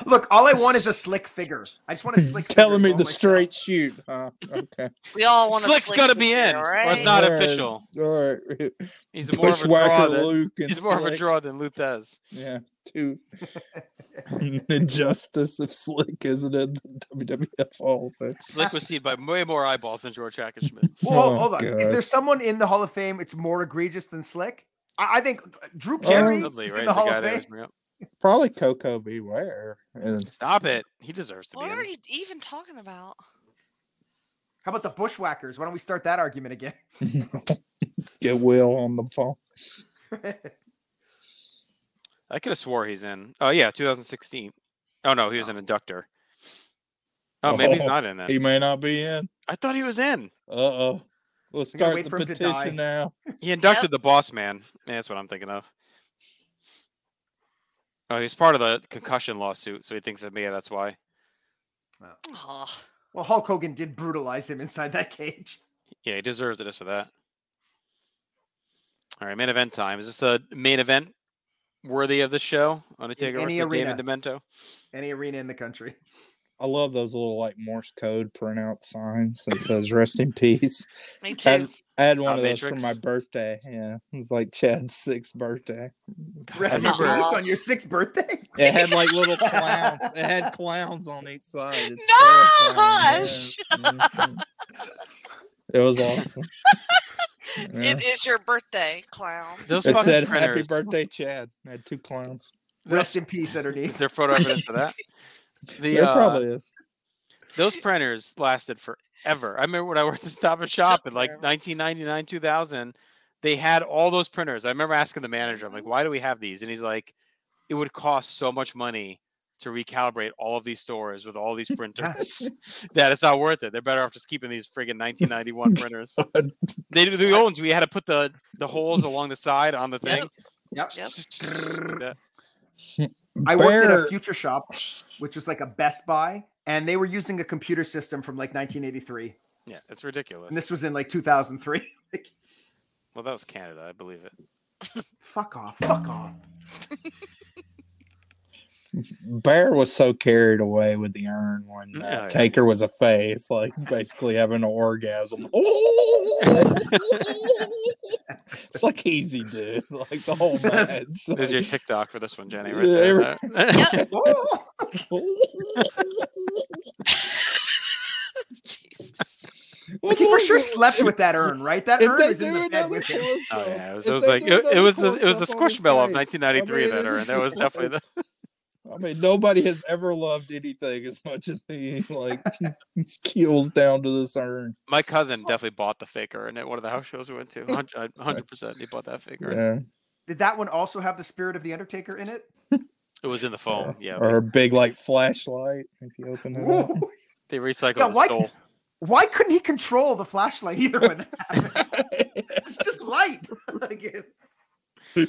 Speaker 4: Look, all I want is a slick figure. I just want a slick.
Speaker 7: Telling
Speaker 4: figure
Speaker 7: me
Speaker 4: for
Speaker 7: the
Speaker 4: myself.
Speaker 7: straight shoot. Huh? Okay.
Speaker 6: We all want to.
Speaker 5: Slick's got to be in.
Speaker 6: All
Speaker 5: Or it's
Speaker 6: right.
Speaker 5: not
Speaker 7: All right.
Speaker 5: official.
Speaker 7: All right.
Speaker 5: He's more of a draw.
Speaker 7: Bushwhacker
Speaker 5: Than,
Speaker 7: Luke and
Speaker 5: he's more of a
Speaker 7: Slick.
Speaker 5: draw than Luthez.
Speaker 7: Yeah. Two. the justice of Slick isn't in the WWF Hall of Fame.
Speaker 5: Slick was seen by way more eyeballs than George Hackenschmidt.
Speaker 4: Whoa,
Speaker 7: Oh,
Speaker 4: hold on. Is
Speaker 7: God.
Speaker 4: there someone in the Hall of Fame it's more egregious than slick? I, I think uh,
Speaker 7: Um,
Speaker 4: Drew Carey
Speaker 5: Supposedly,
Speaker 4: is
Speaker 5: right?
Speaker 4: in
Speaker 5: The
Speaker 4: the Hall
Speaker 5: guy
Speaker 4: of
Speaker 5: that
Speaker 4: Fame.
Speaker 5: was bringing up-
Speaker 7: Probably Coco Beware. And
Speaker 5: Stop it. He deserves to be
Speaker 6: What
Speaker 5: in.
Speaker 6: are
Speaker 5: it.
Speaker 6: you even talking about?
Speaker 4: How about the Bushwhackers? Why don't we start that argument again?
Speaker 7: get Will on the phone.
Speaker 5: I could have swore he's in. Oh yeah, 2016. Oh no, he was an inductor. Oh, maybe he's
Speaker 7: Oh,
Speaker 5: not in then.
Speaker 7: He may not be in.
Speaker 5: I thought he was in.
Speaker 7: Uh oh. We'll
Speaker 4: gotta
Speaker 7: start
Speaker 4: wait
Speaker 7: the
Speaker 4: for him to die.
Speaker 7: petition now.
Speaker 5: He inducted the boss man. Yeah, that's what I'm thinking of. Oh, he's part of the concussion lawsuit, so he thinks that yeah, that's why.
Speaker 6: Oh,
Speaker 4: well, Hulk Hogan did brutalize him inside that cage.
Speaker 5: Yeah, he deserves this or that. All right, main event time. Is this a main event worthy of the show? Undertaker
Speaker 4: any
Speaker 5: versus David
Speaker 4: arena.
Speaker 5: Demento.
Speaker 4: Any arena in the country.
Speaker 7: I love those little like Morse code printout signs that says rest in peace.
Speaker 6: me
Speaker 7: I
Speaker 6: too.
Speaker 7: had, I had one
Speaker 5: Uh,
Speaker 7: of those for
Speaker 5: Matrix?
Speaker 7: my birthday. Yeah. It was like Chad's sixth birthday.
Speaker 4: Rest in
Speaker 5: remember-
Speaker 4: peace on your sixth birthday.
Speaker 7: It had like little clowns. It had clowns on each side. It's terrifying,
Speaker 6: Gosh!
Speaker 7: yeah. Mhm. It was awesome. Yeah.
Speaker 6: It is your birthday, clown.
Speaker 5: Those
Speaker 7: It
Speaker 5: fucking
Speaker 7: said happy
Speaker 5: printers.
Speaker 7: birthday, Chad. It had two clowns.
Speaker 4: Rest in peace
Speaker 5: Is
Speaker 4: underneath.
Speaker 5: there photo evidence for that? The,
Speaker 7: Yeah,
Speaker 5: uh,
Speaker 7: probably is.
Speaker 5: those printers lasted forever. I remember when I worked at Stop and Shop in like
Speaker 6: forever.
Speaker 5: 1999, 2000, they had all those printers. I remember asking the manager, I'm like, why do we have these? And he's like, it would cost so much money to recalibrate all of these stores with all these printers that it's not worth it. They're better off just keeping these friggin' 1991 printers.
Speaker 7: God.
Speaker 5: They do the old ones. We had to put the, the holes along the side on the thing.
Speaker 4: Yep.
Speaker 6: Yep.
Speaker 5: Like that.
Speaker 4: I worked at
Speaker 7: Bear-
Speaker 4: a future shop, which was like a Best Buy, and they were using a computer system from like 1983,
Speaker 5: Yeah, it's ridiculous.
Speaker 4: and this was in like 2003. like,
Speaker 5: Well, that was Canada. I believe it.
Speaker 4: fuck off! Fuck off!
Speaker 7: Bear was so carried away with the urn when uh,
Speaker 5: Yeah, yeah.
Speaker 7: Taker was a face, like basically having an orgasm. it's like easy, dude. Like the whole match.
Speaker 5: There's your
Speaker 7: like,
Speaker 5: TikTok for this one, Jenny. Right
Speaker 7: Yeah,
Speaker 5: there.
Speaker 4: Oh!
Speaker 6: Jeez.
Speaker 4: Like he for sure slept with that urn, right? That
Speaker 7: If
Speaker 4: urn
Speaker 7: they
Speaker 4: was in
Speaker 7: do
Speaker 4: the bed
Speaker 7: another
Speaker 4: with him.
Speaker 7: close
Speaker 5: Oh
Speaker 7: up,
Speaker 5: yeah, it was,
Speaker 7: if
Speaker 5: it was
Speaker 7: they
Speaker 5: like
Speaker 7: do
Speaker 5: it, it
Speaker 7: another
Speaker 5: was the, it was the
Speaker 7: close up on his
Speaker 5: squishmallow of
Speaker 7: face,
Speaker 5: 1993
Speaker 7: mean,
Speaker 5: that
Speaker 7: it
Speaker 5: are, and that was
Speaker 7: was like-
Speaker 5: definitely the
Speaker 7: I mean, nobody has ever loved anything as much as he like keels down to this urn.
Speaker 5: my cousin definitely bought the faker, and at one of the house shows we went to, hundred percent, he bought that faker.
Speaker 7: Yeah.
Speaker 4: Did that one also have the spirit of the Undertaker in it?
Speaker 5: It was in the phone. Yeah,
Speaker 7: Or a big like flashlight if you open it up.
Speaker 4: Ooh.
Speaker 5: they recycled
Speaker 4: Yeah,
Speaker 5: his
Speaker 4: why-
Speaker 5: soul.
Speaker 4: Why couldn't he control the flashlight either? When that happened? it's just light. like it-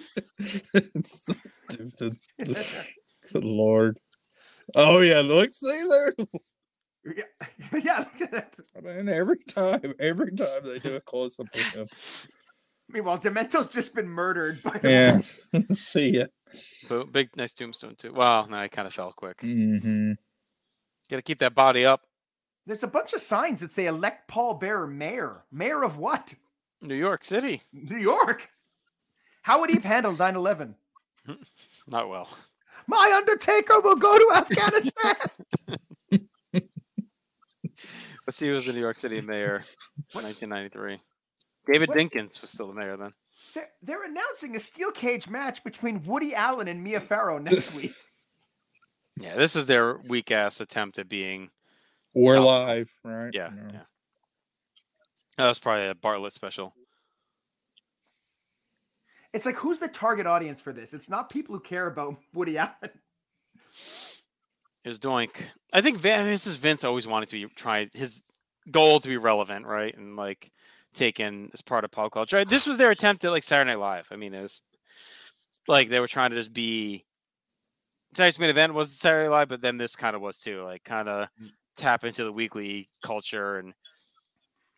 Speaker 7: it's so stupid. Good lord. Oh yeah, look, see there.
Speaker 4: yeah, yeah. look at that.
Speaker 7: I mean, every time, every time they do a close up of him.
Speaker 4: Meanwhile, Demento's just been murdered by the
Speaker 7: Yeah. see ya.
Speaker 5: Boom, big, nice tombstone too. Wow, no, I kind of fell quick.
Speaker 7: hmm
Speaker 5: Gotta keep that body up.
Speaker 4: There's a bunch of signs that say elect Paul Bearer mayor. Mayor of what?
Speaker 5: New York City,
Speaker 4: New York. How would he have handled 9 11?
Speaker 5: not well.
Speaker 4: My Undertaker will go to Afghanistan.
Speaker 5: Let's see who was the New York City mayor, 1993. David
Speaker 4: What?
Speaker 5: Dinkins was still the mayor then.
Speaker 4: they're, they're announcing a steel cage match between Woody Allen and Mia Farrow next week.
Speaker 5: Yeah, this is their weak ass attempt at being
Speaker 7: We're
Speaker 5: Top.
Speaker 7: live, right?
Speaker 5: Yeah,
Speaker 7: No.
Speaker 5: yeah. That was probably a Bartlett special.
Speaker 4: It's like, who's the target audience for this? It's not people who care about Woody Allen.
Speaker 5: It was Doink. I think Vin, this is Vince always wanted to be trying his goal to be relevant, right? And like taken as part of pop culture. Right, This was their attempt at like Saturday Night Live. I mean, it was like they were trying to just be. Tonight's main event was Saturday Night Live, but then this kind of was too, like kind of
Speaker 7: Hmm.
Speaker 5: tap into the weekly culture and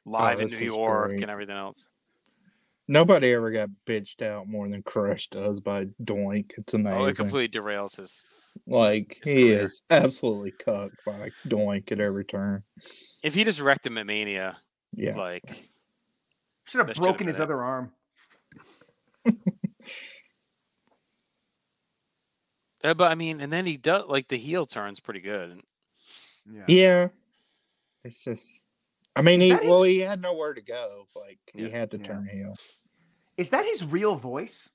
Speaker 5: live in
Speaker 7: Oh, this
Speaker 5: New
Speaker 7: is
Speaker 5: York
Speaker 7: great.
Speaker 5: and everything else.
Speaker 7: Nobody ever got bitched out more than Crush does by Doink. It's amazing.
Speaker 5: Oh, it completely derails his.
Speaker 7: like
Speaker 5: his
Speaker 7: he
Speaker 5: career.
Speaker 7: is absolutely cucked by Doink at every turn.
Speaker 5: If he just wrecked him at Mania,
Speaker 7: Yeah.
Speaker 5: like
Speaker 4: Should have
Speaker 5: That should've
Speaker 4: broken
Speaker 5: been
Speaker 4: his
Speaker 5: it.
Speaker 4: other arm.
Speaker 5: Uh, but I mean, and then he does like the heel turns pretty good. and-
Speaker 4: Yeah.
Speaker 7: Yeah. It's just I mean he
Speaker 4: That is-
Speaker 7: well he had nowhere to go. Like
Speaker 5: Yeah.
Speaker 7: he had to
Speaker 4: Yeah.
Speaker 7: turn heel.
Speaker 4: Is that his real voice?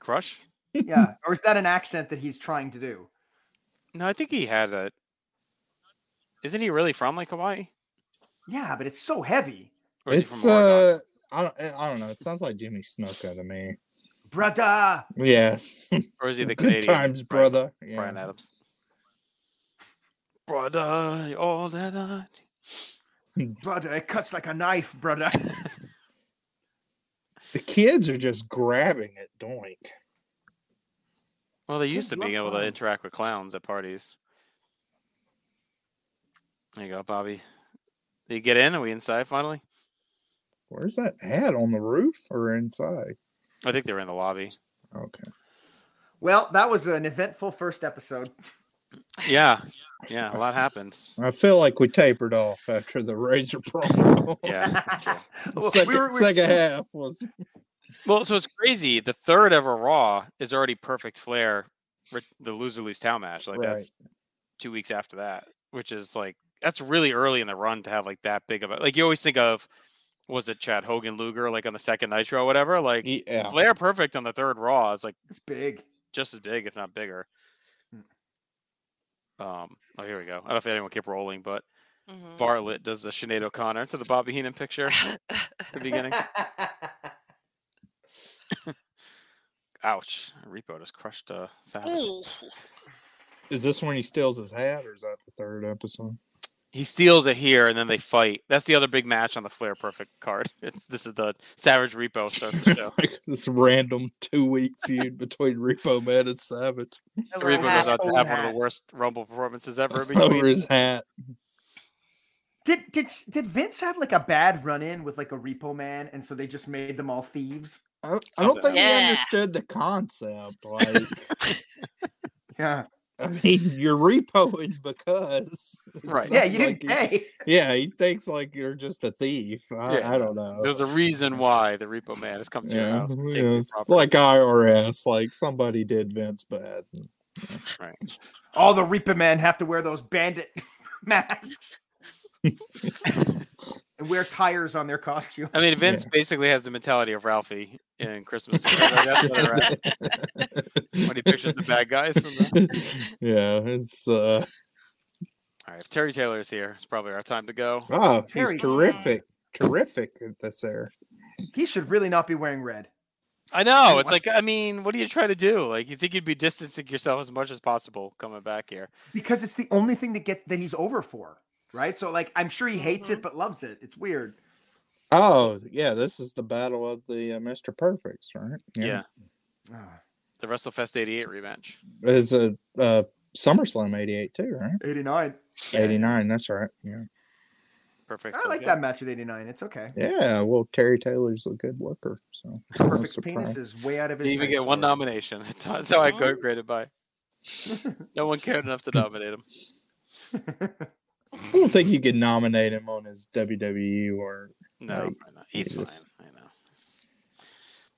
Speaker 5: Crush?
Speaker 4: Yeah. or is that an accent that he's trying to do?
Speaker 5: No, I think he had a. Isn't he really from like Hawaii?
Speaker 4: Yeah, but it's so heavy.
Speaker 5: Or is he
Speaker 7: It's
Speaker 5: from Oregon?
Speaker 7: uh I don't, I don't know. It sounds like Jimmy Snuka to me.
Speaker 4: Brada.
Speaker 7: Yes.
Speaker 5: or is he the
Speaker 7: Good
Speaker 5: Canadian?
Speaker 7: times,
Speaker 5: Brian-
Speaker 7: brother. Yeah.
Speaker 5: Brian Adams. Brother, all that I...
Speaker 4: Brother, it cuts like a knife, brother.
Speaker 7: The kids are just grabbing at Doink.
Speaker 5: Well, they
Speaker 4: Kids
Speaker 5: used to
Speaker 4: love
Speaker 5: being able to
Speaker 4: clowns.
Speaker 5: interact with clowns at parties. There you go, Bobby. Did you get in? Are we inside finally?
Speaker 7: Where's that ad on the roof or inside?
Speaker 5: I think they were in the lobby.
Speaker 7: Okay.
Speaker 4: well, that was an eventful first episode.
Speaker 5: Yeah, yeah, a lot happened.
Speaker 7: I feel like we tapered off after the Razor promo.
Speaker 5: Yeah.
Speaker 7: The
Speaker 4: Well,
Speaker 7: second,
Speaker 4: we were- we were
Speaker 7: second
Speaker 4: so-
Speaker 7: half was
Speaker 5: Well, so it's crazy. The third ever Raw is already perfect flair, ret- the loser lose town match. Like
Speaker 7: Right.
Speaker 5: that's two weeks after that, which is like that's really early in the run to have like that big of a like you always think of was it Chad Hogan Luger like on the second Nitro or whatever like
Speaker 7: yeah.
Speaker 5: Flair perfect on the third Raw is like
Speaker 4: It's big.
Speaker 5: just as big if not bigger.
Speaker 7: Hmm.
Speaker 4: Mm.
Speaker 5: Um, oh here we go. I don't know if anyone kept rolling, but
Speaker 6: Mhm.
Speaker 5: Bartlett does the Sinead O'Connor to the Bobby Heenan picture at the beginning. Ouch! Repo just crushed a. Uh,
Speaker 6: Ooh.
Speaker 7: Is this when he steals his hat, or is that the third episode?
Speaker 5: He steals it here, and then they fight. That's the other big match on the Flair Perfect card. It's, this is the Savage Repo starts the show.
Speaker 7: this random two-week feud between Repo Man and Savage
Speaker 6: Over
Speaker 5: Repo goes
Speaker 6: half.
Speaker 5: out to
Speaker 4: Own
Speaker 5: have one of
Speaker 4: hat.
Speaker 5: the worst Rumble performances ever. in
Speaker 7: over
Speaker 5: Between.
Speaker 7: his hat.
Speaker 4: Did did s- did Vince have like a bad run in with like a repo man, and so they just made them all thieves?
Speaker 7: I don't, I don't think
Speaker 6: Yeah.
Speaker 7: he understood the concept. Like,
Speaker 4: Yeah.
Speaker 7: I mean, you're repoing because, it's
Speaker 5: Right.
Speaker 4: Yeah,
Speaker 7: not
Speaker 4: you
Speaker 7: like
Speaker 4: didn't pay.
Speaker 7: yeah, he thinks like you're just a thief. I,
Speaker 5: Yeah.
Speaker 7: I don't know.
Speaker 5: There's a reason why the Repo Man has come to your
Speaker 7: yeah,
Speaker 5: house. and
Speaker 7: yeah,
Speaker 5: taken your
Speaker 7: it's
Speaker 5: property.
Speaker 7: like IRS. Like somebody did Vince bad.
Speaker 4: All the repo men have to wear those bandit masks and wear tires on their costume.
Speaker 5: I mean, Vince basically has the mentality of Ralphie in Christmas. Story. Like, that's where they're at when he pictures the bad guys. and the-
Speaker 7: yeah, it's uh
Speaker 5: All right, if Terry Taylor's here, it's probably our time to go.
Speaker 7: oh,
Speaker 4: Terry-
Speaker 7: he's terrific, terrific at this era.
Speaker 4: He should really not be wearing red.
Speaker 5: I know. It's
Speaker 4: what's-
Speaker 5: like, I mean, what are you trying to do? Like, you think you'd be distancing yourself as much as possible coming back here.
Speaker 4: because it's the only thing that gets that he's over for, right? So like I'm sure he hates
Speaker 5: Mm-hmm.
Speaker 4: it but loves it. It's weird.
Speaker 7: Oh yeah, this is the battle of the uh, Mr. Perfects, right?
Speaker 5: yeah.
Speaker 4: Ah,
Speaker 5: The WrestleFest 88 rematch.
Speaker 7: it's a uh, SummerSlam '88 too, right?
Speaker 4: 89.
Speaker 7: '89, that's right. Yeah,
Speaker 5: Perfect.
Speaker 4: I
Speaker 5: so
Speaker 4: like
Speaker 5: yeah.
Speaker 4: that match at 89. It's okay.
Speaker 7: yeah. Well, Terry Taylor's a good worker, so no
Speaker 4: Perfect penis
Speaker 7: surprise.
Speaker 4: is way out of his
Speaker 5: Didn't even
Speaker 4: league.
Speaker 5: get one nomination. That's how, that's how I got graded by. No one cared enough to nominate him.
Speaker 7: I don't think you could nominate him on his WWE or.
Speaker 5: No,
Speaker 7: Like,
Speaker 5: I know. he's
Speaker 7: he just-
Speaker 5: fine. I know.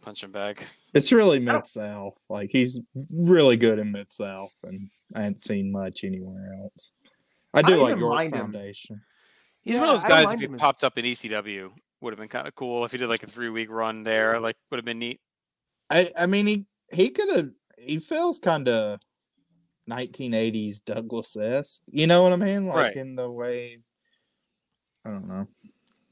Speaker 5: Punch him back.
Speaker 7: It's really
Speaker 4: don't-
Speaker 7: mid south. Like he's really good in mid south, and I haven't seen much anywhere else. I do
Speaker 4: don't
Speaker 7: like
Speaker 4: even
Speaker 7: York
Speaker 4: mind him.
Speaker 7: Foundation.
Speaker 5: He's one of
Speaker 4: Yeah, I
Speaker 5: those
Speaker 4: don't
Speaker 5: guys. If
Speaker 4: mind
Speaker 5: he
Speaker 4: him as-
Speaker 5: popped up in E ECW, would have been kind of cool. If he did like a three week run there, like would have been neat.
Speaker 7: I I mean he he could have he feels kind of 1980s Douglas esque. You know what I mean? Like
Speaker 5: Right.
Speaker 7: in the way I don't know.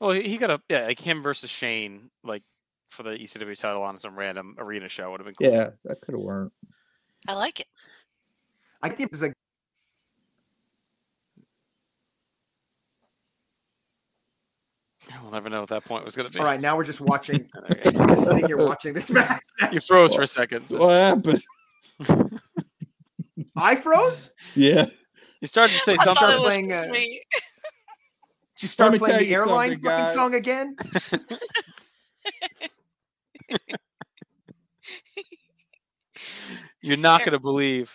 Speaker 5: Well, he, he got a yeah, like him versus Shane, like for the ECW title on some random arena show would have been cool.
Speaker 7: Yeah, that could have worked.
Speaker 6: I like it.
Speaker 4: I think it's like
Speaker 5: We'll never know what that point was gonna be.
Speaker 4: all right, now we're just watching
Speaker 5: Okay.
Speaker 4: we're just sitting here watching this match.
Speaker 5: You froze for a second. so-
Speaker 7: What happened?
Speaker 4: I froze?
Speaker 7: Yeah.
Speaker 5: You started to say
Speaker 6: I thought
Speaker 5: something.
Speaker 6: it
Speaker 4: playing,
Speaker 6: was
Speaker 4: uh,
Speaker 6: just me.
Speaker 4: Did you start
Speaker 7: me
Speaker 4: playing
Speaker 7: tell
Speaker 4: the
Speaker 7: you
Speaker 4: airline
Speaker 7: something,
Speaker 4: fucking song
Speaker 7: guys.
Speaker 4: again?
Speaker 5: You're not gonna believe.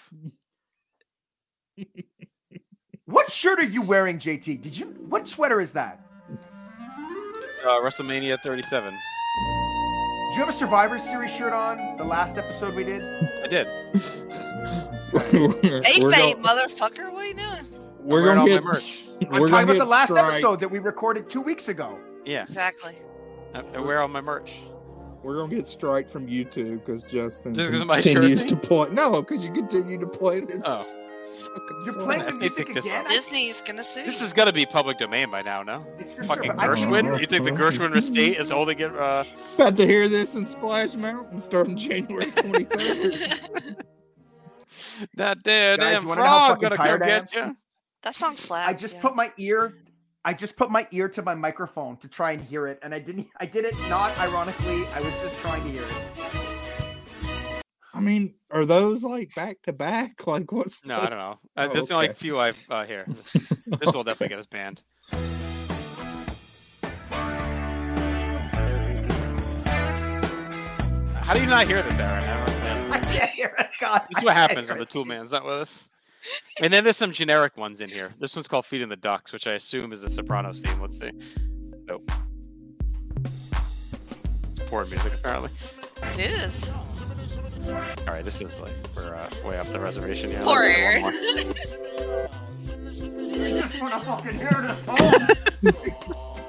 Speaker 4: What shirt are you wearing, JT? Did you? What sweater is that?
Speaker 5: It's, uh, WrestleMania 37.
Speaker 4: Did you have a Survivor Series shirt on the last episode we did?
Speaker 5: I did.
Speaker 6: Hey,
Speaker 7: we're
Speaker 6: fade,
Speaker 7: gonna-
Speaker 6: motherfucker, what are you doing?
Speaker 7: we're
Speaker 5: wearing
Speaker 7: gonna
Speaker 5: all my
Speaker 7: get.
Speaker 5: merch.
Speaker 4: I'm talking
Speaker 7: We're gonna
Speaker 4: about
Speaker 7: get
Speaker 4: the last
Speaker 7: strike-
Speaker 4: episode that we recorded two weeks ago.
Speaker 5: Yeah,
Speaker 6: Exactly.
Speaker 5: I, I wear all my merch.
Speaker 7: We're gonna get strike from YouTube because Justin
Speaker 5: Just 'cause of my
Speaker 7: continues
Speaker 5: jersey?
Speaker 7: to play. No, because you continue to play this.
Speaker 5: Oh,
Speaker 7: fucking
Speaker 4: You're
Speaker 7: song.
Speaker 4: playing
Speaker 5: I
Speaker 4: the
Speaker 5: may
Speaker 4: music
Speaker 5: pick this
Speaker 4: again.
Speaker 5: up.
Speaker 4: I-
Speaker 6: Disney's gonna sue
Speaker 5: this
Speaker 6: you.
Speaker 5: is gonna be public domain by now, no?
Speaker 4: It's for
Speaker 5: Fucking
Speaker 4: sure. but I can't
Speaker 7: Gershwin?
Speaker 4: hear
Speaker 5: Gershwin.
Speaker 4: it.
Speaker 5: You think the Gershwin estate is holding it? Uh,
Speaker 7: About to hear this in Splash Mountain starting January 23rd.
Speaker 5: that damn
Speaker 4: Guys,
Speaker 5: damn
Speaker 4: you wanna know how
Speaker 5: frog gonna
Speaker 4: fucking
Speaker 5: come
Speaker 4: tired I am?
Speaker 5: get you.
Speaker 6: that song slaps.
Speaker 4: I just put my ear. I just put my ear to my microphone to try and hear it, and I didn't. I did it not ironically. I was just trying to hear it.
Speaker 7: I mean, are those like back to back? Like what's
Speaker 5: No, I don't know. Uh,
Speaker 7: Oh,
Speaker 5: that's the only
Speaker 7: okay.
Speaker 5: few I've uh, here. This, this will definitely get us banned. How do you not hear this, Aaron? I don't understand.
Speaker 4: I can't hear it. God,
Speaker 5: This
Speaker 4: I
Speaker 5: is what
Speaker 4: can't
Speaker 5: happens
Speaker 4: hear
Speaker 5: when the
Speaker 4: it.
Speaker 5: tool man's not with us. And then there's some generic ones in here. This one's called Feeding the Ducks, which I assume is the Sopranos theme. Let's see. Nope. It's poor music, apparently.
Speaker 6: It is.
Speaker 5: All right, this is like, we're uh, way off the reservation here.
Speaker 6: Poor
Speaker 5: Let's do one
Speaker 6: Aaron.
Speaker 5: more.
Speaker 4: I just want to fucking hear this song.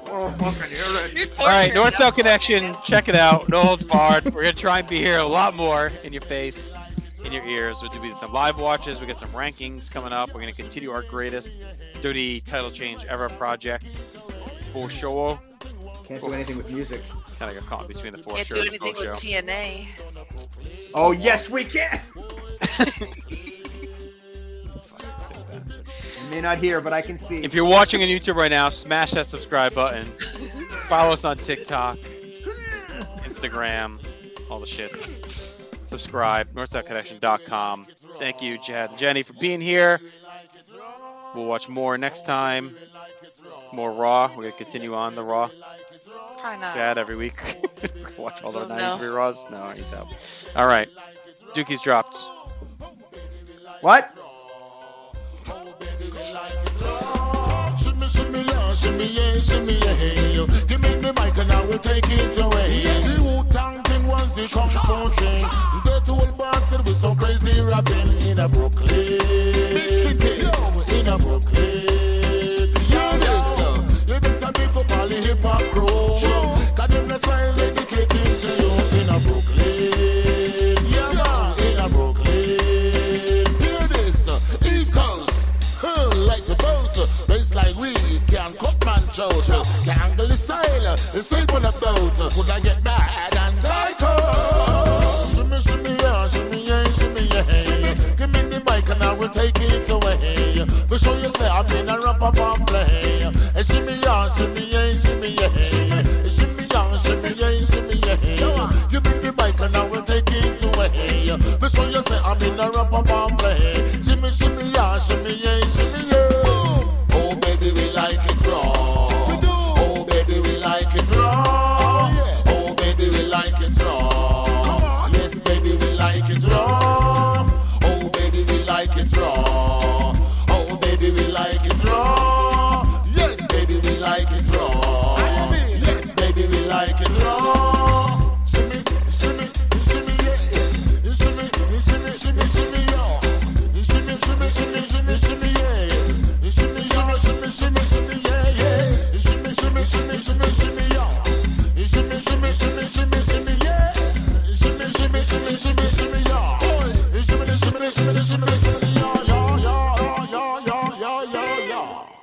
Speaker 4: oh, fucking hear it.
Speaker 5: All right, North South Connection. Check it out. No holds barred. We're gonna try and be here a lot more in your face, in your ears. We're doing some live watches. We got some rankings coming up. We're gonna continue our greatest dirty title change ever project for show.
Speaker 4: Can't do anything with music.
Speaker 5: Kind of got caught between the four
Speaker 6: Can't
Speaker 5: shows.
Speaker 6: do anything with TNA.
Speaker 4: Oh yes, we can. You may not hear, but I can see.
Speaker 5: If you're watching on YouTube right now, smash that subscribe button. Follow us on TikTok, Instagram, all the shit. Subscribe, northsideconnection.com. Thank you, Jad and Jenny, for being here. We'll watch more next time. More Raw. We're going to continue on the Raw.
Speaker 6: Probably not.
Speaker 5: Jad every week. watch all the
Speaker 6: Oh, no.
Speaker 5: 93 Raws. No, he's out. All right. Dookie's dropped.
Speaker 4: what?
Speaker 8: Shimmy, shimmy, yeah, shimmy, yeah, shimmy, yeah, yo. Give me the mic and I will take it away. The Wu-Tang thing was the kung fu thing. That old bastard with some crazy rapping in a Brooklyn. Big city, yo, in a Brooklyn. Yeah, this, uh, you better pick up all the hip-hop crew. Cause them the smile dedicated to you in a Brooklyn. Yeah, man, in a Brooklyn. Hear this, uh, East Coast. Huh, like the boat, race like we can cut man short. Gangle the style, the simple about. Could I get mad and psycho? Shimmy, shimmy, yeah, shimmy, yeah, shimmy, yeah. Give me the mic and I will take it away. For sure you say I'm in a rapper bomb play. Eh, Shimmy, yeah, shimmy, yeah, shimmy, yeah. Eh, Shimmy, yeah, shimmy, yeah, shimmy, yeah. Give me the mic and I will take it away. For sure you say I'm in a rapper bomb play. Shimmy, shimmy, yeah, shimmy, yeah, shimmy, yeah. Oh, baby, we like it raw. We do. Oh, baby, we like it raw. Oh, baby, we like it raw. Come on. Yes, baby, we like it raw. Oh, baby, we like it raw. Oh, baby, we like it raw. Yes, baby, we like it raw. Yes, baby, we like it raw. Shimmy, shimmy, shimmy, yeah. You shimmy, you shimmy, shimmy, shimmy, yeah. You shimmy, shimmy, shimmy, shimmy, shimmy, yeah. You shimmy, yeah, shimmy, shimmy, shimmy, yeah, yeah. You shimmy, shimmy, shimmy, shimmy, shimmy, yeah. You shimmy, shimmy, shimmy, shimmy, shimmy, yeah. You shimmy, shimmy, shimmy, shimmy, shimmy, yeah. You shimmy, shimmy, shimmy, shimmy, shimmy, yeah, yeah, yeah, yeah, yeah, yeah, yeah, yeah.